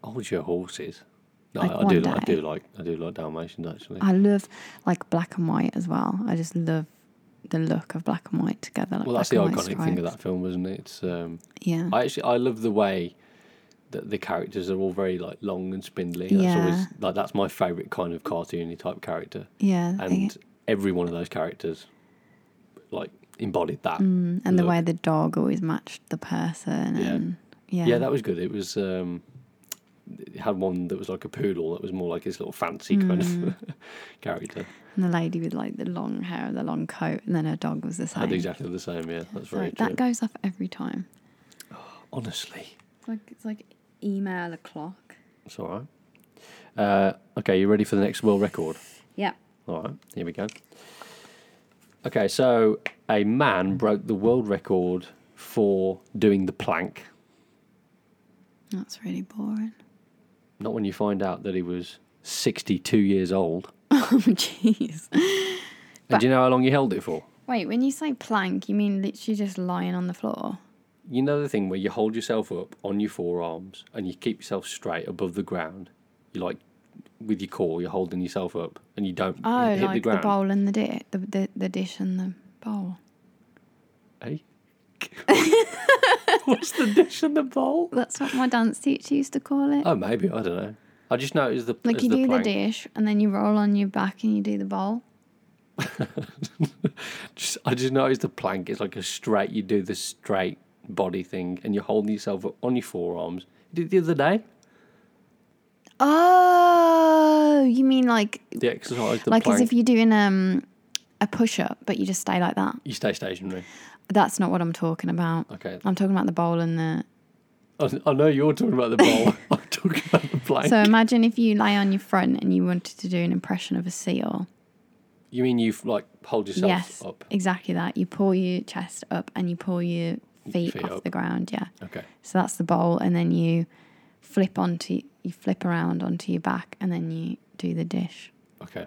Speaker 2: Hold your horses. No,
Speaker 1: Like
Speaker 2: I, I
Speaker 1: one
Speaker 2: do. Like, I
Speaker 1: day.
Speaker 2: do like. I do like Dalmatians actually.
Speaker 1: I love like black and white as well. I just love the look of black and white together. Like
Speaker 2: well, that's the
Speaker 1: black and
Speaker 2: iconic
Speaker 1: white
Speaker 2: thing of
Speaker 1: stripes.
Speaker 2: that film, wasn't it? It's, um,
Speaker 1: Yeah,
Speaker 2: I actually I love the way that the characters are all very like long and spindly. That's
Speaker 1: Yeah.
Speaker 2: always like that's my favourite kind of cartoony type character,
Speaker 1: yeah, I think
Speaker 2: and every one of those characters like embodied that.
Speaker 1: it- mm, and the
Speaker 2: look.
Speaker 1: way the dog always matched the person.
Speaker 2: Yeah.
Speaker 1: And, yeah,
Speaker 2: Yeah. that was good. It was um, it had one that was like a poodle that was more like his little fancy kind of character.
Speaker 1: And the lady with like the long hair and the long coat, and then her dog was the same.
Speaker 2: Had exactly the same. Yeah, that's
Speaker 1: So
Speaker 2: very true.
Speaker 1: that goes off every time.
Speaker 2: Honestly,
Speaker 1: It's like it's like email o'clock.
Speaker 2: it's all right. Uh, okay, you ready for the next world record?
Speaker 1: Yeah.
Speaker 2: All right, here we go. Okay, so a man broke the world record for doing the plank.
Speaker 1: That's really boring.
Speaker 2: Not when you find out that he was 62 years old.
Speaker 1: Oh jeez.
Speaker 2: And do you know how long he held it for?
Speaker 1: Wait, when you say plank, you mean literally just lying on the floor?
Speaker 2: You know the thing where you hold yourself up on your forearms and you keep yourself straight above the ground. You like with your core, you're holding yourself up and you don't
Speaker 1: Oh,
Speaker 2: hit the
Speaker 1: like the,
Speaker 2: ground.
Speaker 1: bowl and the dish, the, the the dish and the bowl.
Speaker 2: Eh? What's the dish in the bowl?
Speaker 1: That's what my dance teacher used to call it.
Speaker 2: Oh, maybe I don't know. I just know it's the
Speaker 1: like
Speaker 2: it's
Speaker 1: you
Speaker 2: the
Speaker 1: do
Speaker 2: plank.
Speaker 1: the dish and then you roll on your back and you do the bowl.
Speaker 2: Just, I just noticed the plank. It's like a straight. You do the straight body thing, and you're holding yourself up on your forearms. You did it the other day.
Speaker 1: Oh, you mean like
Speaker 2: The exercise, the
Speaker 1: like
Speaker 2: plank.
Speaker 1: as if you're doing um a push up, but you just stay like that.
Speaker 2: you stay stationary.
Speaker 1: That's not what I'm talking about.
Speaker 2: Okay.
Speaker 1: I'm talking about the bowl and the.
Speaker 2: I, I know you're talking about the ball. I'm talking about the plank.
Speaker 1: So imagine if you lay on your front and you wanted to do an impression of a seal.
Speaker 2: you mean you like hold yourself
Speaker 1: yes,
Speaker 2: up?
Speaker 1: exactly that. You pull your chest up and you pull your feet,
Speaker 2: Feet
Speaker 1: off
Speaker 2: up.
Speaker 1: the ground. Yeah.
Speaker 2: Okay.
Speaker 1: So that's the bowl, and then you flip onto you flip around onto your back, and then you do the dish,
Speaker 2: Okay.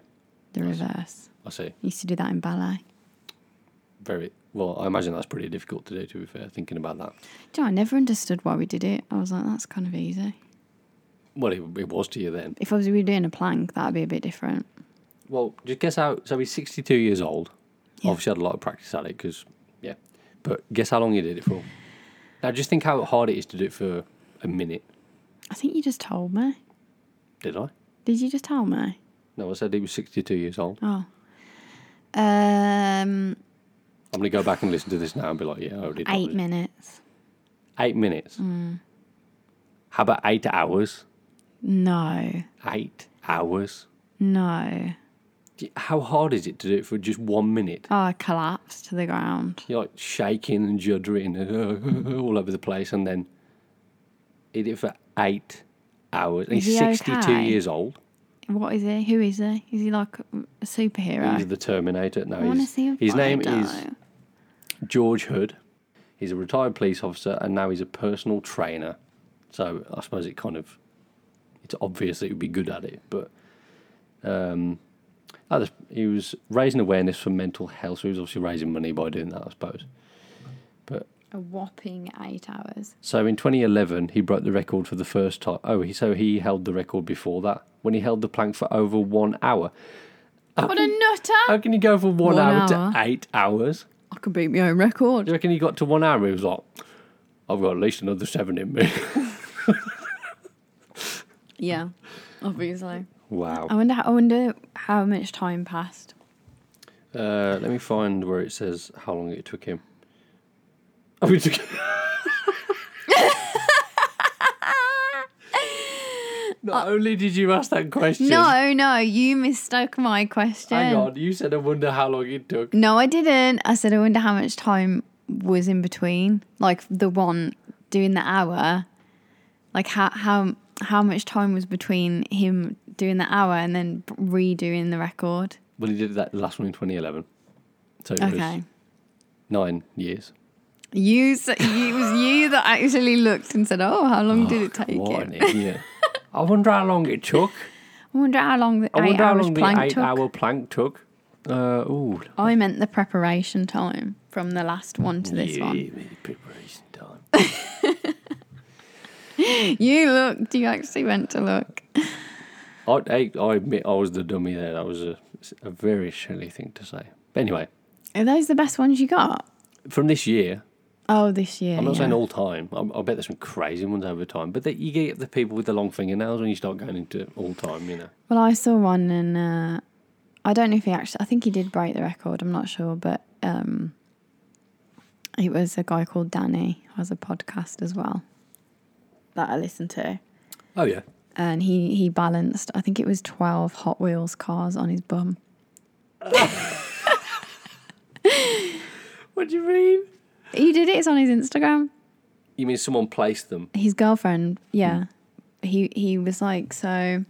Speaker 1: the reverse.
Speaker 2: I see.
Speaker 1: I used to do that in ballet.
Speaker 2: Very well. I imagine that's pretty difficult to do. To be fair, thinking about that.
Speaker 1: Do you know, I never understood why we did it. I was like, that's kind of easy.
Speaker 2: Well, it, it was to you then.
Speaker 1: If I was we were doing a plank, that'd be a bit different.
Speaker 2: Well, just guess how. So he's 62 years old.
Speaker 1: Yeah.
Speaker 2: Obviously, had a lot of practice at it because, yeah. But guess how long he did it for? Now, just think how hard it is to do it for a minute.
Speaker 1: I think you just told me.
Speaker 2: Did I?
Speaker 1: Did you just tell me?
Speaker 2: No, I said he was 62 years old.
Speaker 1: Oh. Um,
Speaker 2: I'm going to go back and listen to this now and be like, yeah, I already told
Speaker 1: eight Mm.
Speaker 2: you.
Speaker 1: minutes.
Speaker 2: Eight minutes. How about eight hours?
Speaker 1: No,
Speaker 2: Eight hours.
Speaker 1: no.
Speaker 2: Do you- How hard is it to do it for just one minute?
Speaker 1: Oh, I collapsed to the ground.
Speaker 2: You're like shaking and juddering and all over the place, and then he did it for eight hours. And
Speaker 1: Is
Speaker 2: he's
Speaker 1: he
Speaker 2: 62
Speaker 1: okay?
Speaker 2: years old.
Speaker 1: What is he? Who is he? Is he like a superhero?
Speaker 2: He's the Terminator. No,
Speaker 1: I want to
Speaker 2: he's-
Speaker 1: see him.
Speaker 2: his name
Speaker 1: photo.
Speaker 2: is George Hood. He's a retired police officer and now he's a personal trainer. So I suppose it kind of it's obvious that he'd be good at it, but um, other- he was raising awareness for mental health. So he was obviously raising money by doing that, I suppose. But
Speaker 1: a whopping eight hours.
Speaker 2: so in 2011, he broke the record for the first time. Oh, he, so he held the record before that when he held the plank for over one hour.
Speaker 1: What a nutter!
Speaker 2: How can you go from one,
Speaker 1: One
Speaker 2: hour,
Speaker 1: hour?
Speaker 2: to eight hours?
Speaker 1: Oh. I can beat my own record.
Speaker 2: Do you reckon he got to one hour? He was like, I've got at least another seven in me.
Speaker 1: Yeah, obviously.
Speaker 2: Wow.
Speaker 1: I wonder. I wonder how much time passed.
Speaker 2: Uh, let me find where it says how long it took him. I mean, it took- Not only did you ask that question.
Speaker 1: No, no, you mistook my question.
Speaker 2: Hang on, you said I wonder how long it took.
Speaker 1: No, I didn't. I said I wonder how much time was in between, like the one doing the hour, like how how how much time was between him doing the hour and then redoing the record.
Speaker 2: Well, he did that the last one in 2011. So it was
Speaker 1: Okay,
Speaker 2: nine years.
Speaker 1: you s- you- it was you that actually looked and said, "Oh, how long did it take
Speaker 2: What an
Speaker 1: you?"
Speaker 2: idiot. I wonder how long it took.
Speaker 1: I wonder how long the
Speaker 2: I
Speaker 1: eight
Speaker 2: wonder how
Speaker 1: hours
Speaker 2: long the
Speaker 1: plank
Speaker 2: eight
Speaker 1: took.
Speaker 2: hour plank took. Uh, ooh.
Speaker 1: I meant the preparation time from the last one to this
Speaker 2: yeah,
Speaker 1: one.
Speaker 2: maybe Preparation time.
Speaker 1: You looked. You actually went to look.
Speaker 2: I, I, I admit I was the dummy there. That was a, a very silly thing to say. But anyway,
Speaker 1: Are those the best ones you got?
Speaker 2: from this year,
Speaker 1: Oh, this year.
Speaker 2: I'm not
Speaker 1: yeah.
Speaker 2: saying all time. I, I bet there's some crazy ones over time. But that you get the people with the long fingernails when you start going into all time, you know.
Speaker 1: Well, I saw one, and uh, I don't know if he actually. I think he did break the record. I'm not sure, but um, it was a guy called Danny who has a podcast as well that I listened to,
Speaker 2: Oh, yeah.
Speaker 1: and he he balanced. I think it was 12 Hot Wheels cars on his bum.
Speaker 2: What do you mean?
Speaker 1: He did it. It's on his Instagram.
Speaker 2: You mean someone placed them?
Speaker 1: his girlfriend yeah
Speaker 2: Mm.
Speaker 1: he he was like so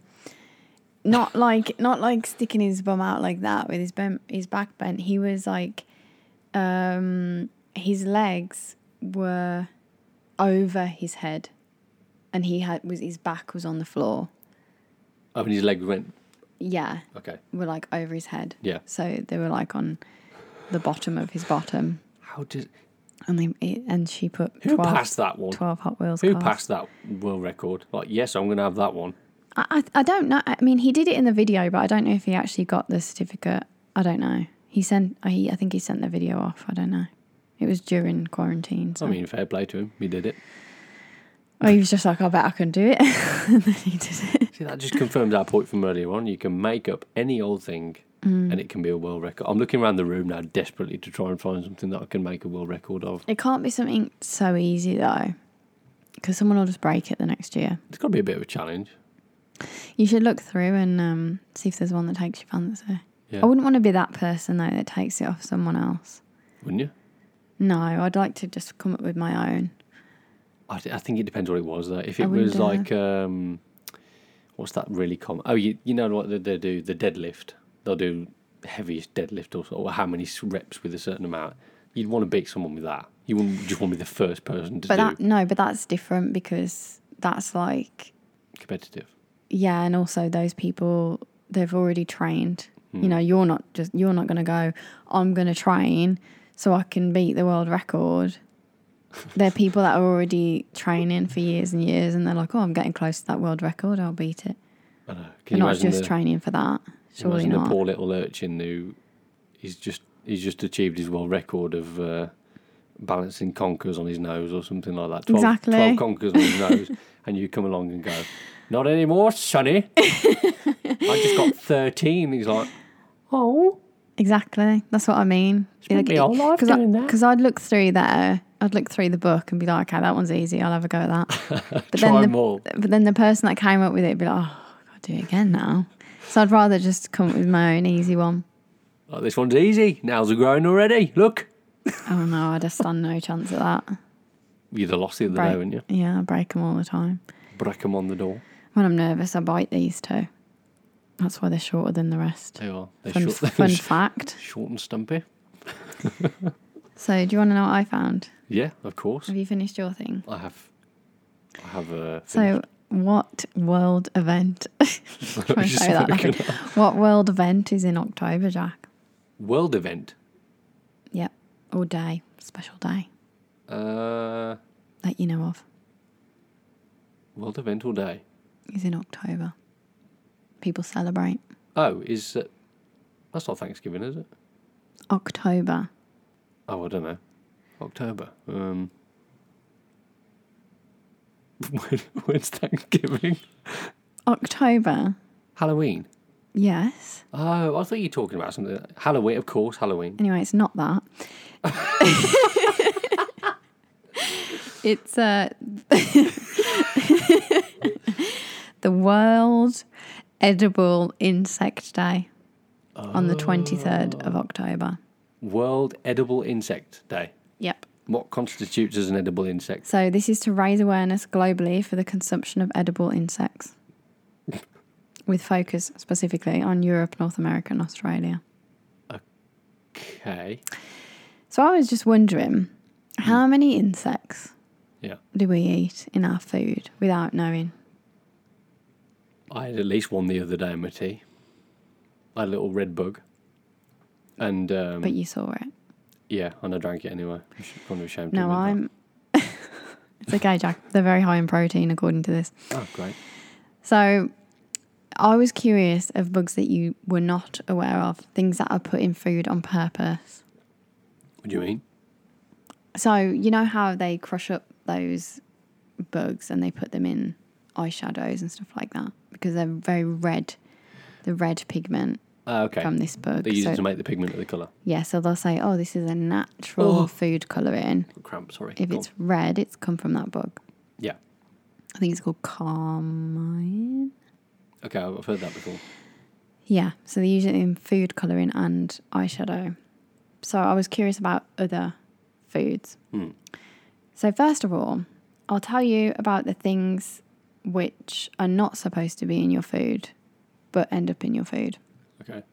Speaker 1: not like not like sticking his bum out like that with his bum his back bent he was like um his legs were over his head and he had was his back was on the floor
Speaker 2: Oh, and his leg went.
Speaker 1: yeah
Speaker 2: Okay.
Speaker 1: were like over his head
Speaker 2: Yeah.
Speaker 1: so they were like on the bottom of his bottom
Speaker 2: How did.
Speaker 1: and they and she put
Speaker 2: Who
Speaker 1: 12,
Speaker 2: passed that one?
Speaker 1: 12 hot wheels
Speaker 2: Who
Speaker 1: cars.
Speaker 2: passed that world record? Like, yes, I'm going to have that one.
Speaker 1: I, I I don't know. I mean, he did it in the video, but I don't know if he actually got the certificate. I don't know. He sent. I, I think he sent the video off. I don't know. It was during quarantine. So.
Speaker 2: I mean, fair play to him. He did it.
Speaker 1: Or he was just like, I bet I can do it. and then he did it.
Speaker 2: See, that just confirms our point from earlier on. You can make up any old thing and it can be a world record. I'm looking around the room now desperately to try and find something that I can make a world record of.
Speaker 1: It can't be something so easy though, because someone will just break it the next year.
Speaker 2: It's got to be a bit of a challenge.
Speaker 1: You should look through and um, see if there's one that takes your fancy.
Speaker 2: Yeah.
Speaker 1: I wouldn't want to be that person though that takes it off someone else.
Speaker 2: Wouldn't you?
Speaker 1: No, I'd like to just come up with my own.
Speaker 2: I, th- I think it depends what it was though. If
Speaker 1: I
Speaker 2: it was
Speaker 1: wonder.
Speaker 2: like, um, what's that really common? Oh, you you know what they, they do the deadlift. They'll do heaviest deadlift or, so- or how many s- reps with a certain amount. You'd want to beat someone with that. You wouldn't just want to be the first person to
Speaker 1: But
Speaker 2: do
Speaker 1: that no, but that's different because that's like
Speaker 2: competitive.
Speaker 1: yeah and also those people they've already trained
Speaker 2: Hmm.
Speaker 1: you know you're not just you're not going to go i'm going to train so i can beat the world record they're people that are already training for years and years and they're like oh i'm getting close to that world record i'll beat it
Speaker 2: I know. Can
Speaker 1: they're
Speaker 2: you
Speaker 1: not
Speaker 2: imagine
Speaker 1: just
Speaker 2: the,
Speaker 1: training for that surely
Speaker 2: Imagine the
Speaker 1: not
Speaker 2: poor little urchin who he's just he's just achieved his world record of uh, balancing conkers on his nose or something like that. 12,
Speaker 1: Exactly.
Speaker 2: 12 conkers on his nose, and you come along and go, "Not anymore, Sonny. I just got 13. He's like, "Oh,
Speaker 1: Exactly. That's what I mean.
Speaker 2: Spent my whole life doing that.
Speaker 1: Because I'd look through there, I'd look through the book and be like, okay, that one's easy. I'll have a go at that. But
Speaker 2: Try 'em
Speaker 1: the,
Speaker 2: all.
Speaker 1: But then the person that came up with it would be like, oh, I've got to do it again now. So I'd rather just come up with my own easy one.
Speaker 2: like, this one's easy. Nails are growing already. Look."
Speaker 1: Oh no, I just stand no chance at that.
Speaker 2: You'd have lost the other day, wouldn't you?
Speaker 1: Yeah, I break them all the time.
Speaker 2: Break 'em on the door.
Speaker 1: When I'm nervous, I bite these two. That's why they're shorter than the rest.
Speaker 2: They are. They're
Speaker 1: Fun,
Speaker 2: short,
Speaker 1: fun fact.
Speaker 2: short and stumpy.
Speaker 1: So, do you want to know what I found?
Speaker 2: Yeah, of course.
Speaker 1: Have you finished your thing?
Speaker 2: I have. I have uh,
Speaker 1: So, what world event? Try and
Speaker 2: just
Speaker 1: say that
Speaker 2: spoken
Speaker 1: like- What world event is in October, Jack?
Speaker 2: world event.
Speaker 1: Yep, all day, special day
Speaker 2: Uh,
Speaker 1: that you know of
Speaker 2: world event all day.
Speaker 1: is in October. People celebrate
Speaker 2: Oh, is uh, that's not Thanksgiving, is it?
Speaker 1: October.
Speaker 2: Oh, I don't know. October. Um, when, when's Thanksgiving?
Speaker 1: October,
Speaker 2: Halloween.
Speaker 1: yes.
Speaker 2: Oh, I thought you were talking about something. Halloween, of course, Halloween.
Speaker 1: Anyway, it's not that. it's uh, the World Edible Insect Day on the 23rd of October.
Speaker 2: World Edible Insect Day.
Speaker 1: Yep.
Speaker 2: What constitutes as an edible insect?
Speaker 1: So this is to raise awareness globally for the consumption of edible insects, with focus specifically on Europe, North America, and Australia.
Speaker 2: Okay.
Speaker 1: So I was just wondering, how many insects
Speaker 2: Hmm. Yeah.
Speaker 1: do we eat in our food without knowing?
Speaker 2: I had at least one the other day in my tea. I had a little red bug. And um,
Speaker 1: But you saw it.
Speaker 2: yeah, and I drank it anyway. I'm sh- kind of ashamed. to
Speaker 1: No,
Speaker 2: admit
Speaker 1: I'm. it's okay, Jack. They're very high in protein, according to this.
Speaker 2: that. Oh, great.
Speaker 1: So I was curious of bugs that you were not aware of, things that are put in food on purpose.
Speaker 2: What do you mean?
Speaker 1: So you know how they crush up those bugs and they put them in eyeshadows and stuff like that because they're very red, the red pigment
Speaker 2: Uh, okay.
Speaker 1: from this bug.
Speaker 2: they use
Speaker 1: so,
Speaker 2: it to make the pigment of the colour.
Speaker 1: yeah, so they'll say, "Oh, this is a natural
Speaker 2: Oh.
Speaker 1: food coloring.
Speaker 2: Cramp, sorry.
Speaker 1: If
Speaker 2: Go
Speaker 1: it's
Speaker 2: on.
Speaker 1: red, it's come from that bug.
Speaker 2: Yeah.
Speaker 1: I think it's called carmine.
Speaker 2: Okay, I've heard that before.
Speaker 1: Yeah, so they use it in food coloring and eyeshadow. So I was curious about other foods.
Speaker 2: Hmm.
Speaker 1: So, first of all, I'll tell you about the things which are not supposed to be in your food but end up in your food.
Speaker 2: Okay.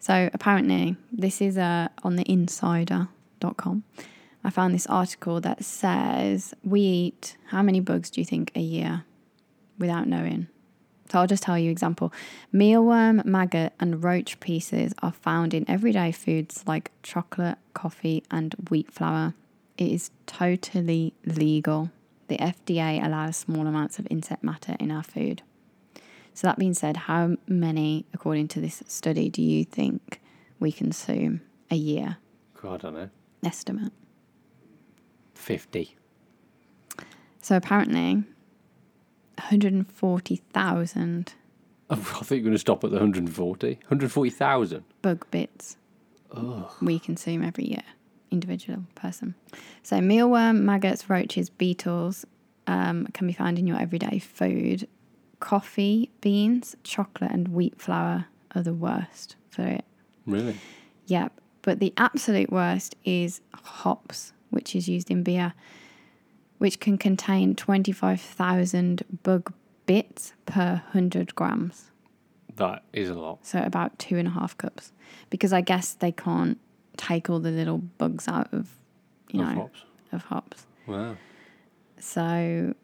Speaker 1: So, apparently, this is uh, on the insider.com. I found this article that says we eat how many bugs do you think a year without knowing? So I'll just tell you example. Mealworm, maggot, and roach pieces are found in everyday foods like chocolate, coffee, and wheat flour. It is totally legal. The FDA allows small amounts of insect matter in our food. So that being said, how many, according to this study, do you think we consume a year?
Speaker 2: God, I don't know.
Speaker 1: Estimate.
Speaker 2: 50.
Speaker 1: So apparently, 140,000
Speaker 2: I thought you were going to stop at the 140. 140,000.
Speaker 1: bug bits we consume every year, individual person. So, mealworm, maggots, roaches, beetles um, can be found in your everyday food. Coffee, beans, chocolate, and wheat flour are the worst for it.
Speaker 2: Really?
Speaker 1: Yep. But the absolute worst is hops, which is used in beer, which can contain 25,000 bug bits per 100 grams.
Speaker 2: That is a lot.
Speaker 1: So about two and a half cups, because I guess they can't take all the little bugs out of, you
Speaker 2: of
Speaker 1: know,
Speaker 2: hops.
Speaker 1: of hops.
Speaker 2: Wow.
Speaker 1: So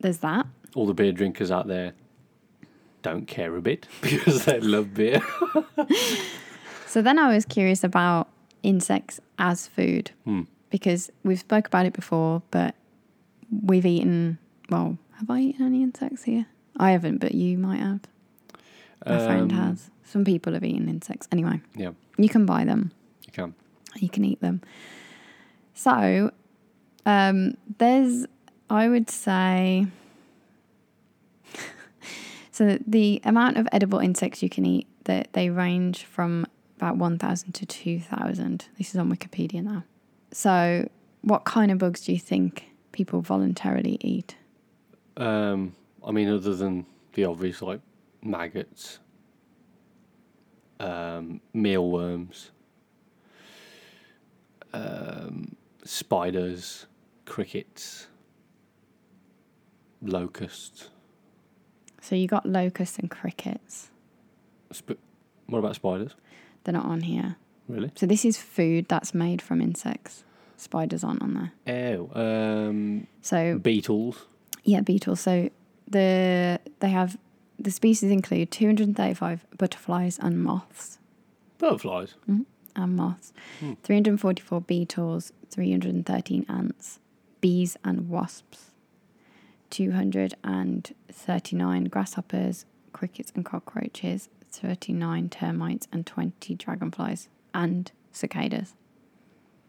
Speaker 1: there's that.
Speaker 2: All the beer drinkers out there don't care a bit because they love beer.
Speaker 1: So then I was curious about insects as food because we've spoke about it before, but we've eaten. Well, have I eaten any insects here? I haven't, but you might have. My friend
Speaker 2: Um,
Speaker 1: has. Some people have eaten insects. Anyway,
Speaker 2: Yeah,
Speaker 1: you can buy them.
Speaker 2: you can.
Speaker 1: you can eat them. So, um, there's, I would say, so the amount of edible insects you can eat that they range from about one thousand to two thousand. This is on Wikipedia now. So, what kind of bugs do you think people voluntarily eat?
Speaker 2: Um, I mean, other than the obvious, like maggots, um, mealworms, um, spiders, crickets, locusts.
Speaker 1: So you got locusts and crickets.
Speaker 2: Sp- what about spiders?
Speaker 1: They're not on here.
Speaker 2: Really?
Speaker 1: So this is food that's made from insects. Spiders aren't on there.
Speaker 2: Oh, um,
Speaker 1: So
Speaker 2: beetles.
Speaker 1: Yeah, beetles. So the they have the species include 235 butterflies and moths
Speaker 2: Butterflies.
Speaker 1: and moths, 344 beetles, 313 ants, bees and wasps, 239 grasshoppers, crickets and cockroaches, 39 termites and 20 dragonflies and cicadas.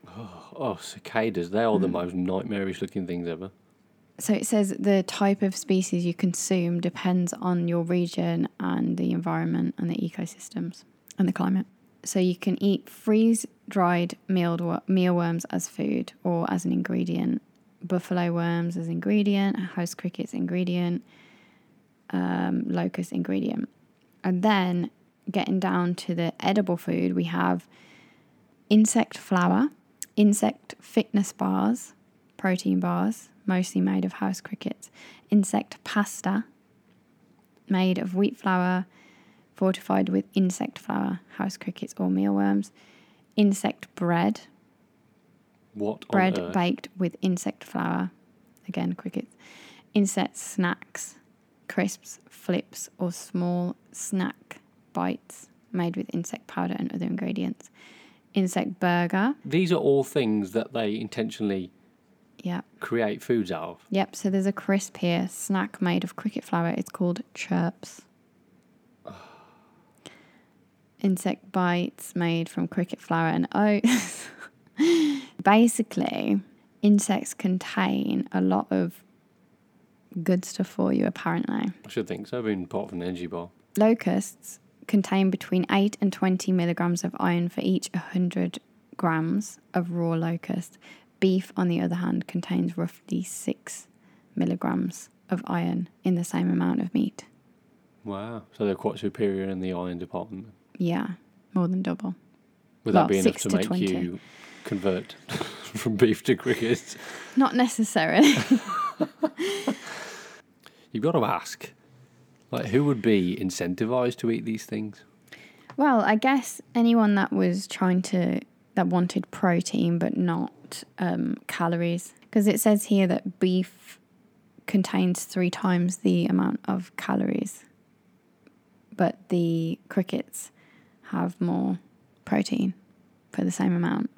Speaker 2: Oh, cicadas. They are the most nightmarish looking things ever.
Speaker 1: So it says the type of species you consume depends on your region and the environment and the ecosystems and the climate. So you can eat freeze dried mealworms as food or as an ingredient, buffalo worms as ingredient, house crickets ingredient, um, locust ingredient. And then getting down to the edible food, we have insect flour, insect fitness bars, protein bars, mostly made of house crickets, insect pasta, made of wheat flour, fortified with insect flour, house crickets, or mealworms, insect bread,
Speaker 2: What
Speaker 1: bread
Speaker 2: on earth?
Speaker 1: baked with insect flour, again crickets, insect snacks, crisps, flips, or small snack bites made with insect powder and other ingredients, insect burger.
Speaker 2: These are all things that they intentionally
Speaker 1: Yep,
Speaker 2: create foods out of.
Speaker 1: yep. So there's a crisp here, snack made of cricket flour. It's called chirps. Insect bites made from cricket flour and oats. Basically, insects contain a lot of good stuff for you, apparently.
Speaker 2: I should think so. I mean, apart from an energy bar.
Speaker 1: Locusts contain between 8 and 20 milligrams of iron for each 100 grams of raw locust. Beef, on the other hand, contains roughly 6 milligrams of iron in the same amount of meat.
Speaker 2: Wow. So they're quite superior in the iron department.
Speaker 1: Yeah, more than double.
Speaker 2: Would
Speaker 1: Well,
Speaker 2: that be enough
Speaker 1: six
Speaker 2: to,
Speaker 1: to
Speaker 2: make
Speaker 1: 20.
Speaker 2: you convert from beef to cricket?
Speaker 1: Not necessarily.
Speaker 2: You've got to ask, like, who would be incentivized to eat these things?
Speaker 1: well, I guess anyone that was trying to, that wanted protein but not um, calories, because it says here that beef contains three times the amount of calories, but the crickets have more protein for the same amount.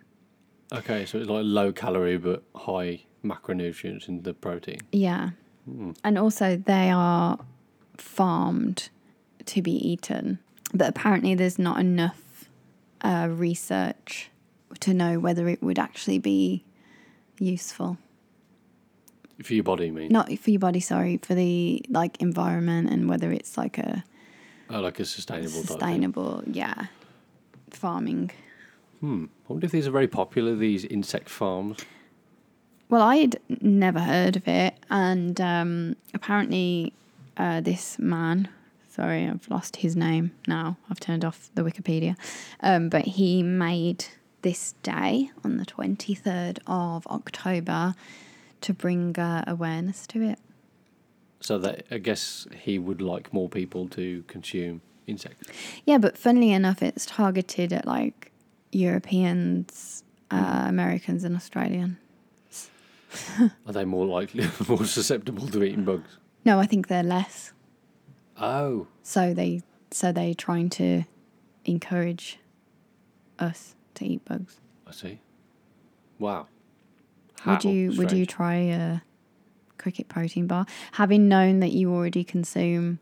Speaker 2: Okay, so it's like low calorie but high macronutrients in the protein.
Speaker 1: Yeah.
Speaker 2: Hmm.
Speaker 1: And also, they are farmed to be eaten. But apparently, there's not enough uh, research to know whether it would actually be useful.
Speaker 2: For your body, you mean?
Speaker 1: Not for your body, sorry, for the like environment and whether it's like a
Speaker 2: Oh, like a sustainable, diet. thing.
Speaker 1: sustainable, yeah, farming.
Speaker 2: I wonder if these are very popular, these insect farms.
Speaker 1: Well, I'd never heard of it, and um, apparently, uh, this man. Sorry, I've lost his name now. I've turned off the Wikipedia. Um, but he made this day on the 23rd of October to bring uh, awareness to it.
Speaker 2: So that I guess he would like more people to consume insects.
Speaker 1: Yeah, but funnily enough, it's targeted at like Europeans, uh, Americans, and Australians.
Speaker 2: Are they more likely, more susceptible to eating bugs?
Speaker 1: No, I think they're less.
Speaker 2: Oh,
Speaker 1: So they so they trying to encourage us to eat bugs.
Speaker 2: I see. Wow.
Speaker 1: would
Speaker 2: How
Speaker 1: you would you
Speaker 2: strange.
Speaker 1: try a cricket protein bar? Having known that you already consume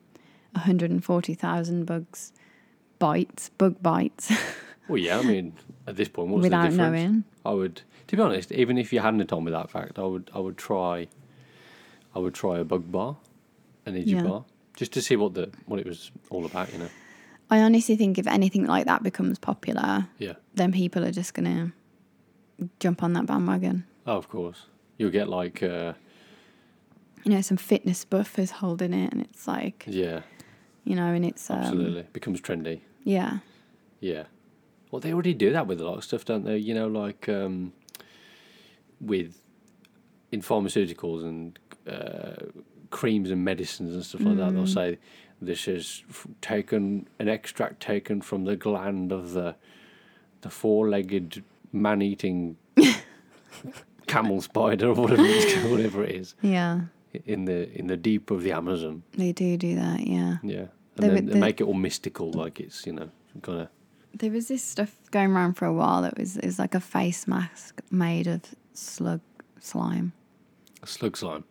Speaker 1: 140,000 bugs bites, bug bites
Speaker 2: Well, yeah. I mean, at this point, what's the
Speaker 1: without
Speaker 2: difference?
Speaker 1: knowing.
Speaker 2: I would, to be honest, even if you hadn't have told me that fact, I would, I would try, I would try a bug bar, an energy
Speaker 1: Yeah.
Speaker 2: bar, just to see what the what it was all about. You know.
Speaker 1: I honestly think if anything like that becomes popular,
Speaker 2: Yeah.
Speaker 1: then people are just going to jump on that bandwagon.
Speaker 2: Oh, of course. You'll get like, uh,
Speaker 1: You know, some fitness buff is holding it and it's like,
Speaker 2: yeah,
Speaker 1: you know, and it's um,
Speaker 2: absolutely, becomes trendy.
Speaker 1: yeah.
Speaker 2: Yeah. Well, they already do that with a lot of stuff, don't they? You know, like um, with in pharmaceuticals and uh, creams and medicines and stuff like that. They'll say this is f- taken an extract taken from the gland of the the four-legged man-eating camel spider or whatever it's called, whatever it is
Speaker 1: Yeah.
Speaker 2: in the in the deep of the Amazon.
Speaker 1: They do do that, yeah.
Speaker 2: Yeah.
Speaker 1: They
Speaker 2: And
Speaker 1: were-
Speaker 2: then they
Speaker 1: they-
Speaker 2: make it all mystical, like it's you know kind of
Speaker 1: There was this stuff going around for a while that was it was like a face mask made of slug slime.
Speaker 2: slug slime.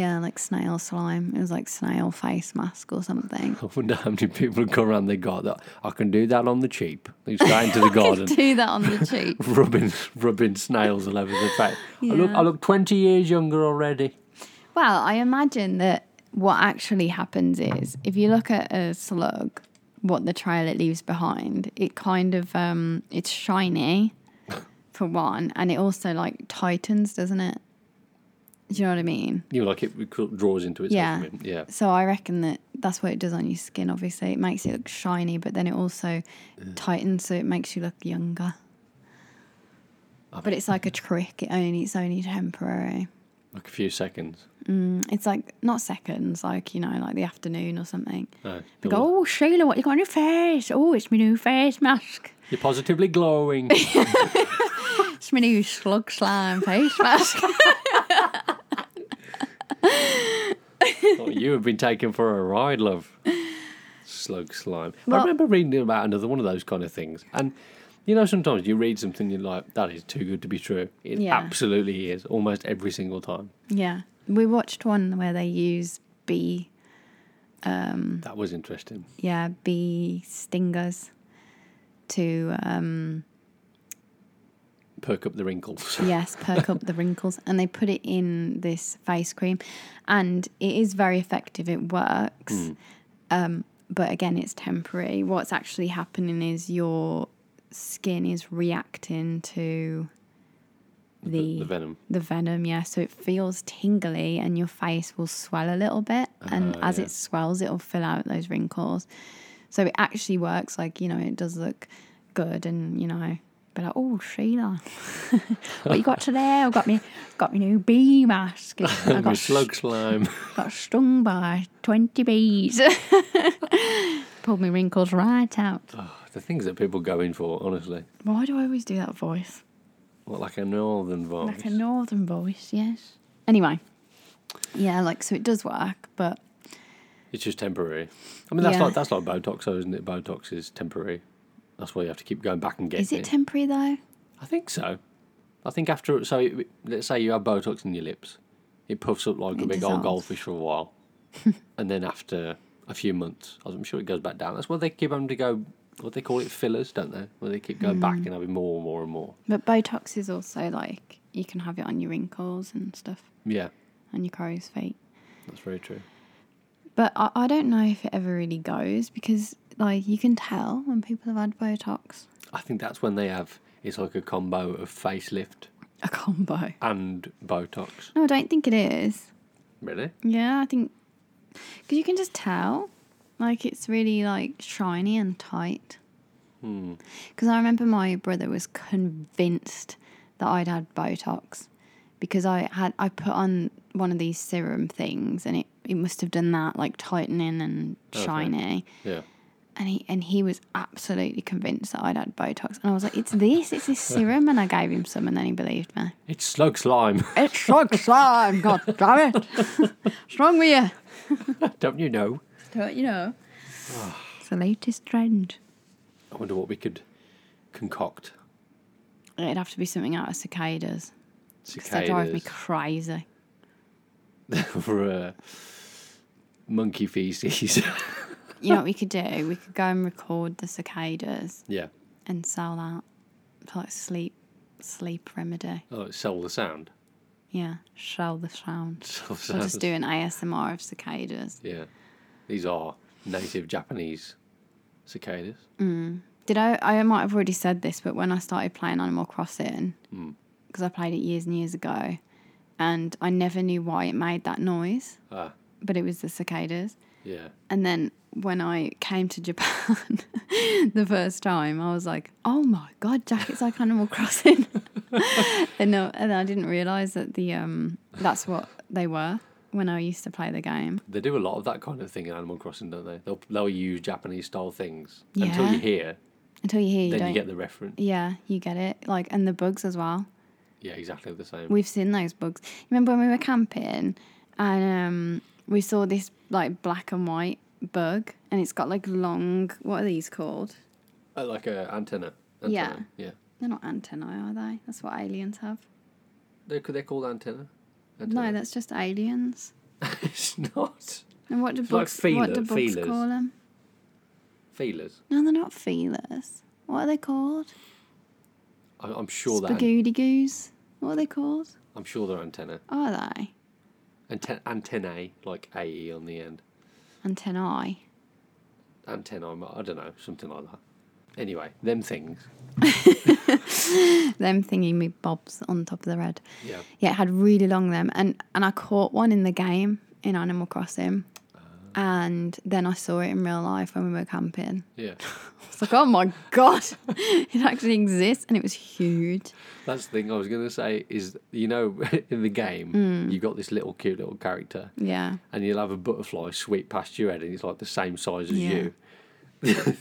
Speaker 1: Yeah, like snail slime. It was like snail face mask or something.
Speaker 2: I wonder how many people go around the garden. I can do that on the cheap. They just go into the garden,
Speaker 1: Do that on the cheek.
Speaker 2: rubbing rubbing snails all over the face. I look,
Speaker 1: Yeah.
Speaker 2: I look twenty years younger already.
Speaker 1: well, I imagine that what actually happens is if you look at a slug, what the trail it leaves behind, it kind of um it's shiny for one and it also like tightens, doesn't it? Do you know what I mean?
Speaker 2: You know, like it, it draws into itself.
Speaker 1: Yeah.
Speaker 2: Yeah, yeah.
Speaker 1: So I reckon that that's what it does on your skin. Obviously, it makes it look shiny, but then it also tightens, so it makes you look younger. But it's like a trick. It only it's only temporary.
Speaker 2: Like a few seconds.
Speaker 1: It's like not seconds, like you know, like the afternoon or something.
Speaker 2: No,
Speaker 1: Like,
Speaker 2: you're-
Speaker 1: oh Sheila, what you got on your face? Oh, it's my new face mask.
Speaker 2: You're positively glowing.
Speaker 1: It's my new slug slime face mask.
Speaker 2: Thought you have been taken for a ride, love. Slug slime. I
Speaker 1: Well-
Speaker 2: remember reading about another one of those kind of things. And you know, sometimes you read something you're like, that is too good to be true. It
Speaker 1: Yeah.
Speaker 2: absolutely is, almost every single time.
Speaker 1: yeah, we watched one where they use bee, Mm.
Speaker 2: That was interesting.
Speaker 1: yeah, bee stingers to um,
Speaker 2: Perk up the wrinkles.
Speaker 1: yes, perk up the wrinkles, and they put it in this face cream, and it is very effective. It works,
Speaker 2: Hmm.
Speaker 1: um, but again, it's temporary. What's actually happening is your skin is reacting to
Speaker 2: The venom.
Speaker 1: the venom, yeah. So it feels tingly and your face will swell a little bit. And
Speaker 2: Ah,
Speaker 1: as
Speaker 2: yeah.
Speaker 1: it swells, it'll fill out those wrinkles. So it actually works. Like, you know, it does look good and, you know, be like, oh, Sheila, what you got today? I've got me, got me new bee mask. I
Speaker 2: My
Speaker 1: got,
Speaker 2: slug slime.
Speaker 1: got stung by 20 bees. Pulled my wrinkles right out.
Speaker 2: Oh, the things that people go in for, honestly.
Speaker 1: Why do I always do that voice?
Speaker 2: What, like a northern voice.
Speaker 1: Like a northern voice, yes. Anyway, yeah, like so it does work, but
Speaker 2: It's just temporary. I mean, that's
Speaker 1: Yeah.
Speaker 2: like that's like Botox, though, isn't it? Botox is temporary. That's why you have to keep going back and getting
Speaker 1: is it temporary though?
Speaker 2: I think so. I think after so it- let's say you have Botox in your lips, it puffs up like a
Speaker 1: It
Speaker 2: big
Speaker 1: dissolves.
Speaker 2: old goldfish for a while, and then after a few months, I'm sure it goes back down. That's why they keep having to go. What they call it fillers, don't they? Where they keep going back
Speaker 1: Hmm.
Speaker 2: and having more and more and more.
Speaker 1: But Botox is also like you can have it on your wrinkles and stuff,
Speaker 2: Yeah,
Speaker 1: and your crow's feet.
Speaker 2: that's very true.
Speaker 1: But I, I don't know if it ever really goes because like you can tell when people have had Botox.
Speaker 2: I think that's when they have it's like a combo of facelift
Speaker 1: A combo.
Speaker 2: and Botox.
Speaker 1: No, I don't think it is.
Speaker 2: Really?
Speaker 1: Yeah, I think because you can just tell, like it's really like shiny and tight. Because I remember my brother was convinced that I'd had Botox because I had I put on one of these serum things and it, it must have done that like tightening and
Speaker 2: Okay.
Speaker 1: shiny
Speaker 2: Yeah.
Speaker 1: and he and he was absolutely convinced that I'd had Botox and I was like it's this it's this serum and I gave him some and then he believed me.
Speaker 2: It's slug slime.
Speaker 1: It's strong slime, god damn it, strong with you.
Speaker 2: Don't you know?
Speaker 1: Don't you know? it's the latest trend.
Speaker 2: I wonder what we could concoct.
Speaker 1: It'd have to be something out of cicadas because they
Speaker 2: Cicadas.
Speaker 1: drive me crazy.
Speaker 2: for uh, monkey feces.
Speaker 1: You know what we could do? We could go and record the cicadas
Speaker 2: yeah.
Speaker 1: and sell that for like sleep sleep remedy.
Speaker 2: Oh, sell the sound.
Speaker 1: Yeah, sell the sound.
Speaker 2: Sell the
Speaker 1: We'll
Speaker 2: sound.
Speaker 1: just do an ASMR of cicadas.
Speaker 2: Yeah. These are native Japanese cicadas.
Speaker 1: Did I? I might have already said this, but when I started playing Animal Crossing,
Speaker 2: Hmm.
Speaker 1: because I played it years and years ago, and I never knew why it made that noise,
Speaker 2: Ah,
Speaker 1: but it was the cicadas.
Speaker 2: yeah.
Speaker 1: And then when I came to Japan the first time, I was like, "Oh my god, Jack! It's like Animal Crossing," and no, and I didn't realize that the um that's what they were when I used to play the game.
Speaker 2: They do a lot of that kind of thing in Animal Crossing, don't they? They'll, they'll use Japanese style things until
Speaker 1: Yeah.
Speaker 2: you hear,
Speaker 1: Until you hear, you
Speaker 2: then
Speaker 1: don't.
Speaker 2: you get the reference.
Speaker 1: yeah, you get it. Like, and the bugs as well.
Speaker 2: Yeah, exactly the same.
Speaker 1: We've seen those bugs. Remember when we were camping and um, we saw this like black and white bug, and it's got like long. What are these called?
Speaker 2: Uh, like a antenna.
Speaker 1: Yeah.
Speaker 2: antenna. Yeah.
Speaker 1: They're not antennae, are they? That's what aliens have.
Speaker 2: They're, they're called antenna.
Speaker 1: No,
Speaker 2: antenna.
Speaker 1: that's just aliens.
Speaker 2: it's not.
Speaker 1: And what do
Speaker 2: It's like
Speaker 1: bugs? what do
Speaker 2: feeler-
Speaker 1: bugs
Speaker 2: feelers.
Speaker 1: call them?
Speaker 2: Feelers.
Speaker 1: No, they're not feelers. What are they called?
Speaker 2: I, I'm sure that.
Speaker 1: Spagoody goos. What are they called?
Speaker 2: I'm sure they're antenna.
Speaker 1: Are they
Speaker 2: Anten- antennae, like AE on the end.
Speaker 1: antennae?
Speaker 2: antenna, I don't know, something like that. Anyway, them things.
Speaker 1: Them thingy me bobs on top of the red.
Speaker 2: Yeah. Ah.
Speaker 1: Yeah, it had really long them, and and I caught one in the game in Animal Crossing, And then I saw it in real life when we were camping.
Speaker 2: Yeah.
Speaker 1: I was like, oh my God, it actually exists. And it was huge.
Speaker 2: That's the thing I was going to say is, you know, in the game, you've got this little cute little character
Speaker 1: Hmm. Yeah.
Speaker 2: and you'll have a butterfly sweep past your head and it's like the same size as
Speaker 1: Yeah.
Speaker 2: you.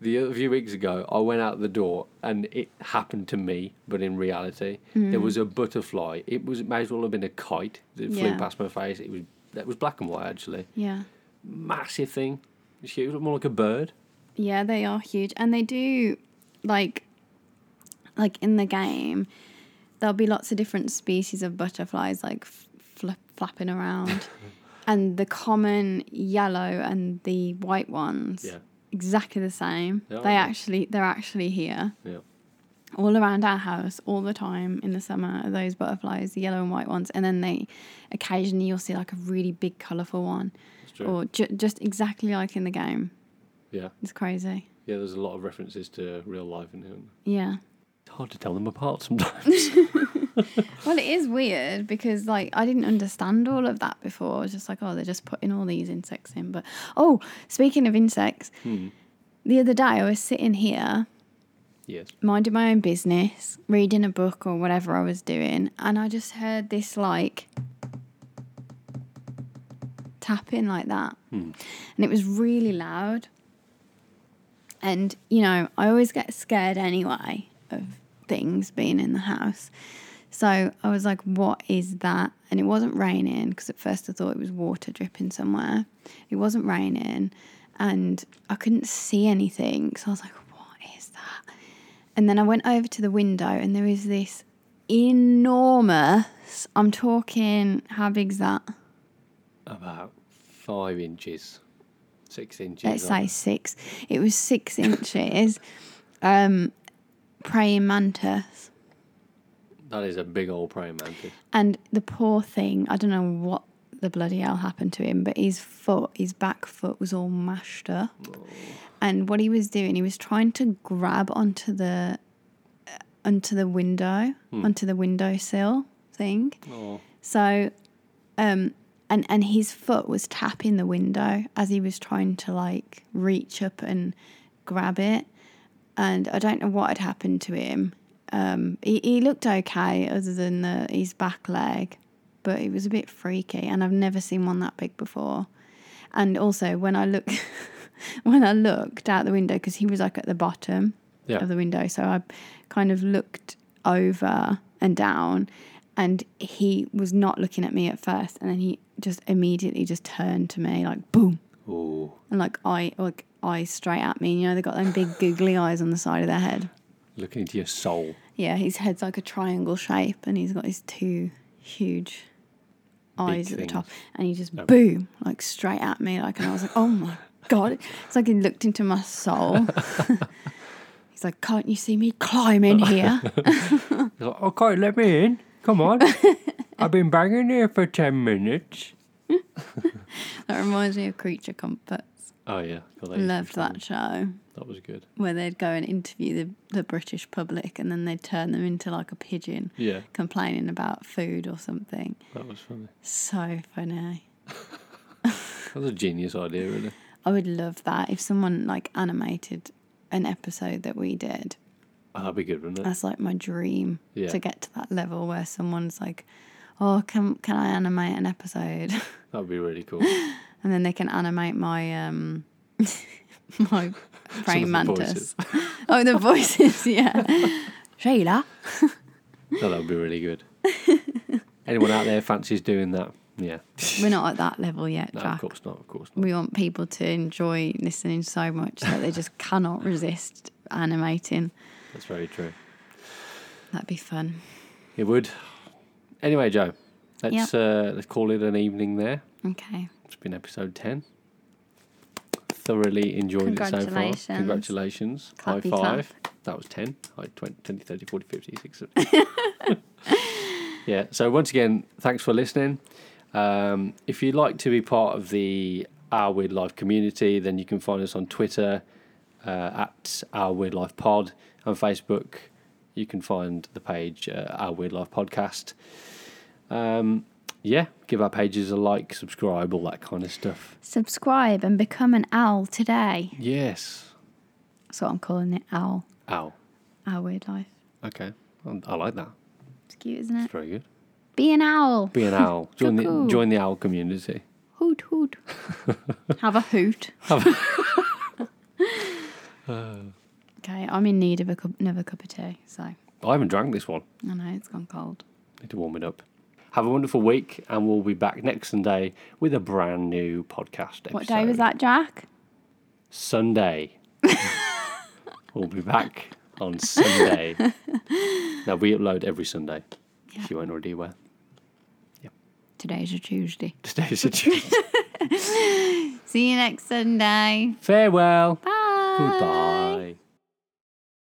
Speaker 2: the other few weeks ago, I went out the door and it happened to me, but in reality,
Speaker 1: Hmm.
Speaker 2: there was a butterfly. It was it may as well have been a kite that flew
Speaker 1: Yeah.
Speaker 2: past my face. It was that was black and white actually,
Speaker 1: Yeah.
Speaker 2: massive thing. It's huge, more like a bird.
Speaker 1: Yeah, they are huge, and they do like like in the game. There'll be lots of different species of butterflies like f- fla- flapping around, and the common yellow and the white ones.
Speaker 2: Yeah.
Speaker 1: Exactly the same.
Speaker 2: They are,
Speaker 1: they
Speaker 2: yeah.
Speaker 1: actually they're actually here
Speaker 2: Yeah,
Speaker 1: all around our house all the time in the summer are those butterflies, the yellow and white ones, and then they occasionally you'll see like a really big colorful one
Speaker 2: that's true.
Speaker 1: or ju- just exactly like in the game.
Speaker 2: Yeah,
Speaker 1: It's crazy.
Speaker 2: yeah. There's a lot of references to real life in it.
Speaker 1: Yeah.
Speaker 2: It's hard to tell them apart sometimes.
Speaker 1: Well, it is weird because like I didn't understand all of that before. I was just like, oh, they're just putting all these insects in. But oh, speaking of insects, the other day I was sitting here
Speaker 2: yes.
Speaker 1: minding my own business, reading a book or whatever I was doing, and I just heard this like tapping like that. And it was really loud. And, you know, I always get scared anyway of things being in the house. So I was like, what is that? And it wasn't raining because at first I thought it was water dripping somewhere. It wasn't raining and I couldn't see anything. So I was like, what is that? And then I went over to the window, and there was this enormous. I'm talking, how big's that?
Speaker 2: About five inches, six inches.
Speaker 1: Let's
Speaker 2: I
Speaker 1: say six. It was six inches. Um, praying mantis.
Speaker 2: That is a big old praying mantis.
Speaker 1: And the poor thing, I don't know what the bloody hell happened to him, but his foot, his back foot was all mashed up. And what he was doing, he was trying to grab onto the uh, onto the window, onto the windowsill thing.
Speaker 2: Oh,
Speaker 1: So, um, and and his foot was tapping the window as he was trying to like reach up and grab it, and I don't know what had happened to him. Um, he, he looked okay other than the, his back leg, but it was a bit freaky, and I've never seen one that big before. And also, when I look, when I looked out the window because he was like at the bottom,
Speaker 2: yeah.
Speaker 1: of the window. So I kind of looked over and down, and he was not looking at me at first, and then he just immediately just turned to me like boom,
Speaker 2: Oh,
Speaker 1: and like eye like eyes straight at me. You know they got them big googly eyes on the side of their head.
Speaker 2: looking into your soul.
Speaker 1: Yeah, his head's like a triangle shape, and he's got his two huge eyes at the
Speaker 2: things.
Speaker 1: top, and he just boom like straight at me. Like, and I was like, oh my god! It's like he looked into my soul. He's like, can't you see me climbing here?
Speaker 2: You're like, okay, let me in. Come on. I've been banging here for 10 minutes.
Speaker 1: that reminds me of Creature Comforts.
Speaker 2: Oh, yeah. God, that used to be
Speaker 1: Loved
Speaker 2: fun.
Speaker 1: that show
Speaker 2: That was good.
Speaker 1: where they'd go and interview the, the British public, and then they'd turn them into like a pigeon
Speaker 2: Yeah,
Speaker 1: complaining about food or something.
Speaker 2: that was funny.
Speaker 1: So funny.
Speaker 2: That was a genius idea, really.
Speaker 1: I would love that if someone like animated an episode that we did.
Speaker 2: Oh, that'd be good, wouldn't it?
Speaker 1: That's like my dream
Speaker 2: Yeah.
Speaker 1: to get to that level where someone's like, "Oh, can can I animate an episode?"
Speaker 2: That'd be really cool.
Speaker 1: and then they can animate my um my
Speaker 2: the
Speaker 1: praying mantis.
Speaker 2: voices.
Speaker 1: oh, the voices, yeah. Sheila.
Speaker 2: No, that would be really good. Anyone out there fancies doing that? Yeah.
Speaker 1: We're not at that level yet,
Speaker 2: No, of
Speaker 1: Jack.
Speaker 2: course not. Of course not.
Speaker 1: We want people to enjoy listening so much that they just cannot resist animating.
Speaker 2: That's very true.
Speaker 1: That'd be fun.
Speaker 2: It would. Anyway, Joe, let's uh, let's call it an evening there.
Speaker 1: Okay.
Speaker 2: It's been episode 10. Thoroughly enjoyed it so far.
Speaker 1: Congratulations.
Speaker 2: Congratulations.
Speaker 1: Clappy
Speaker 2: High
Speaker 1: clap.
Speaker 2: five. That was 10. High 20, 20 30, 40, 50, 60. 70. yeah. So, once again, thanks for listening. Um, if you'd like to be part of the Our Weird Life community, then you can find us on Twitter uh, at Our Weird Life Pod and Facebook. You can find the page uh, Our Weird Life Podcast. Um, yeah, give our pages a like, subscribe, all that kind of stuff.
Speaker 1: Subscribe and become an owl today.
Speaker 2: Yes.
Speaker 1: That's what I'm calling it, owl.
Speaker 2: Ow.
Speaker 1: Our weird life.
Speaker 2: Okay. I- I like that.
Speaker 1: It's cute, isn't it?
Speaker 2: It's very good.
Speaker 1: Be an owl.
Speaker 2: Be an owl. Join the
Speaker 1: Cuckoo.
Speaker 2: join the owl community.
Speaker 1: Hoot hoot. Have a hoot. okay, I'm in need of a cup, another cup of tea. So I
Speaker 2: I haven't drank this one.
Speaker 1: know it's gone cold.
Speaker 2: Need to warm it up. Have a wonderful week, and we'll be back next Sunday with a brand new podcast episode.
Speaker 1: What day was that, Jack?
Speaker 2: Sunday. we'll be back on Sunday. now we upload every Sunday. If you weren't already aware,
Speaker 1: Today's a Tuesday.
Speaker 2: today's a Tuesday.
Speaker 1: See you next Sunday.
Speaker 2: Farewell.
Speaker 1: Bye.
Speaker 2: Goodbye.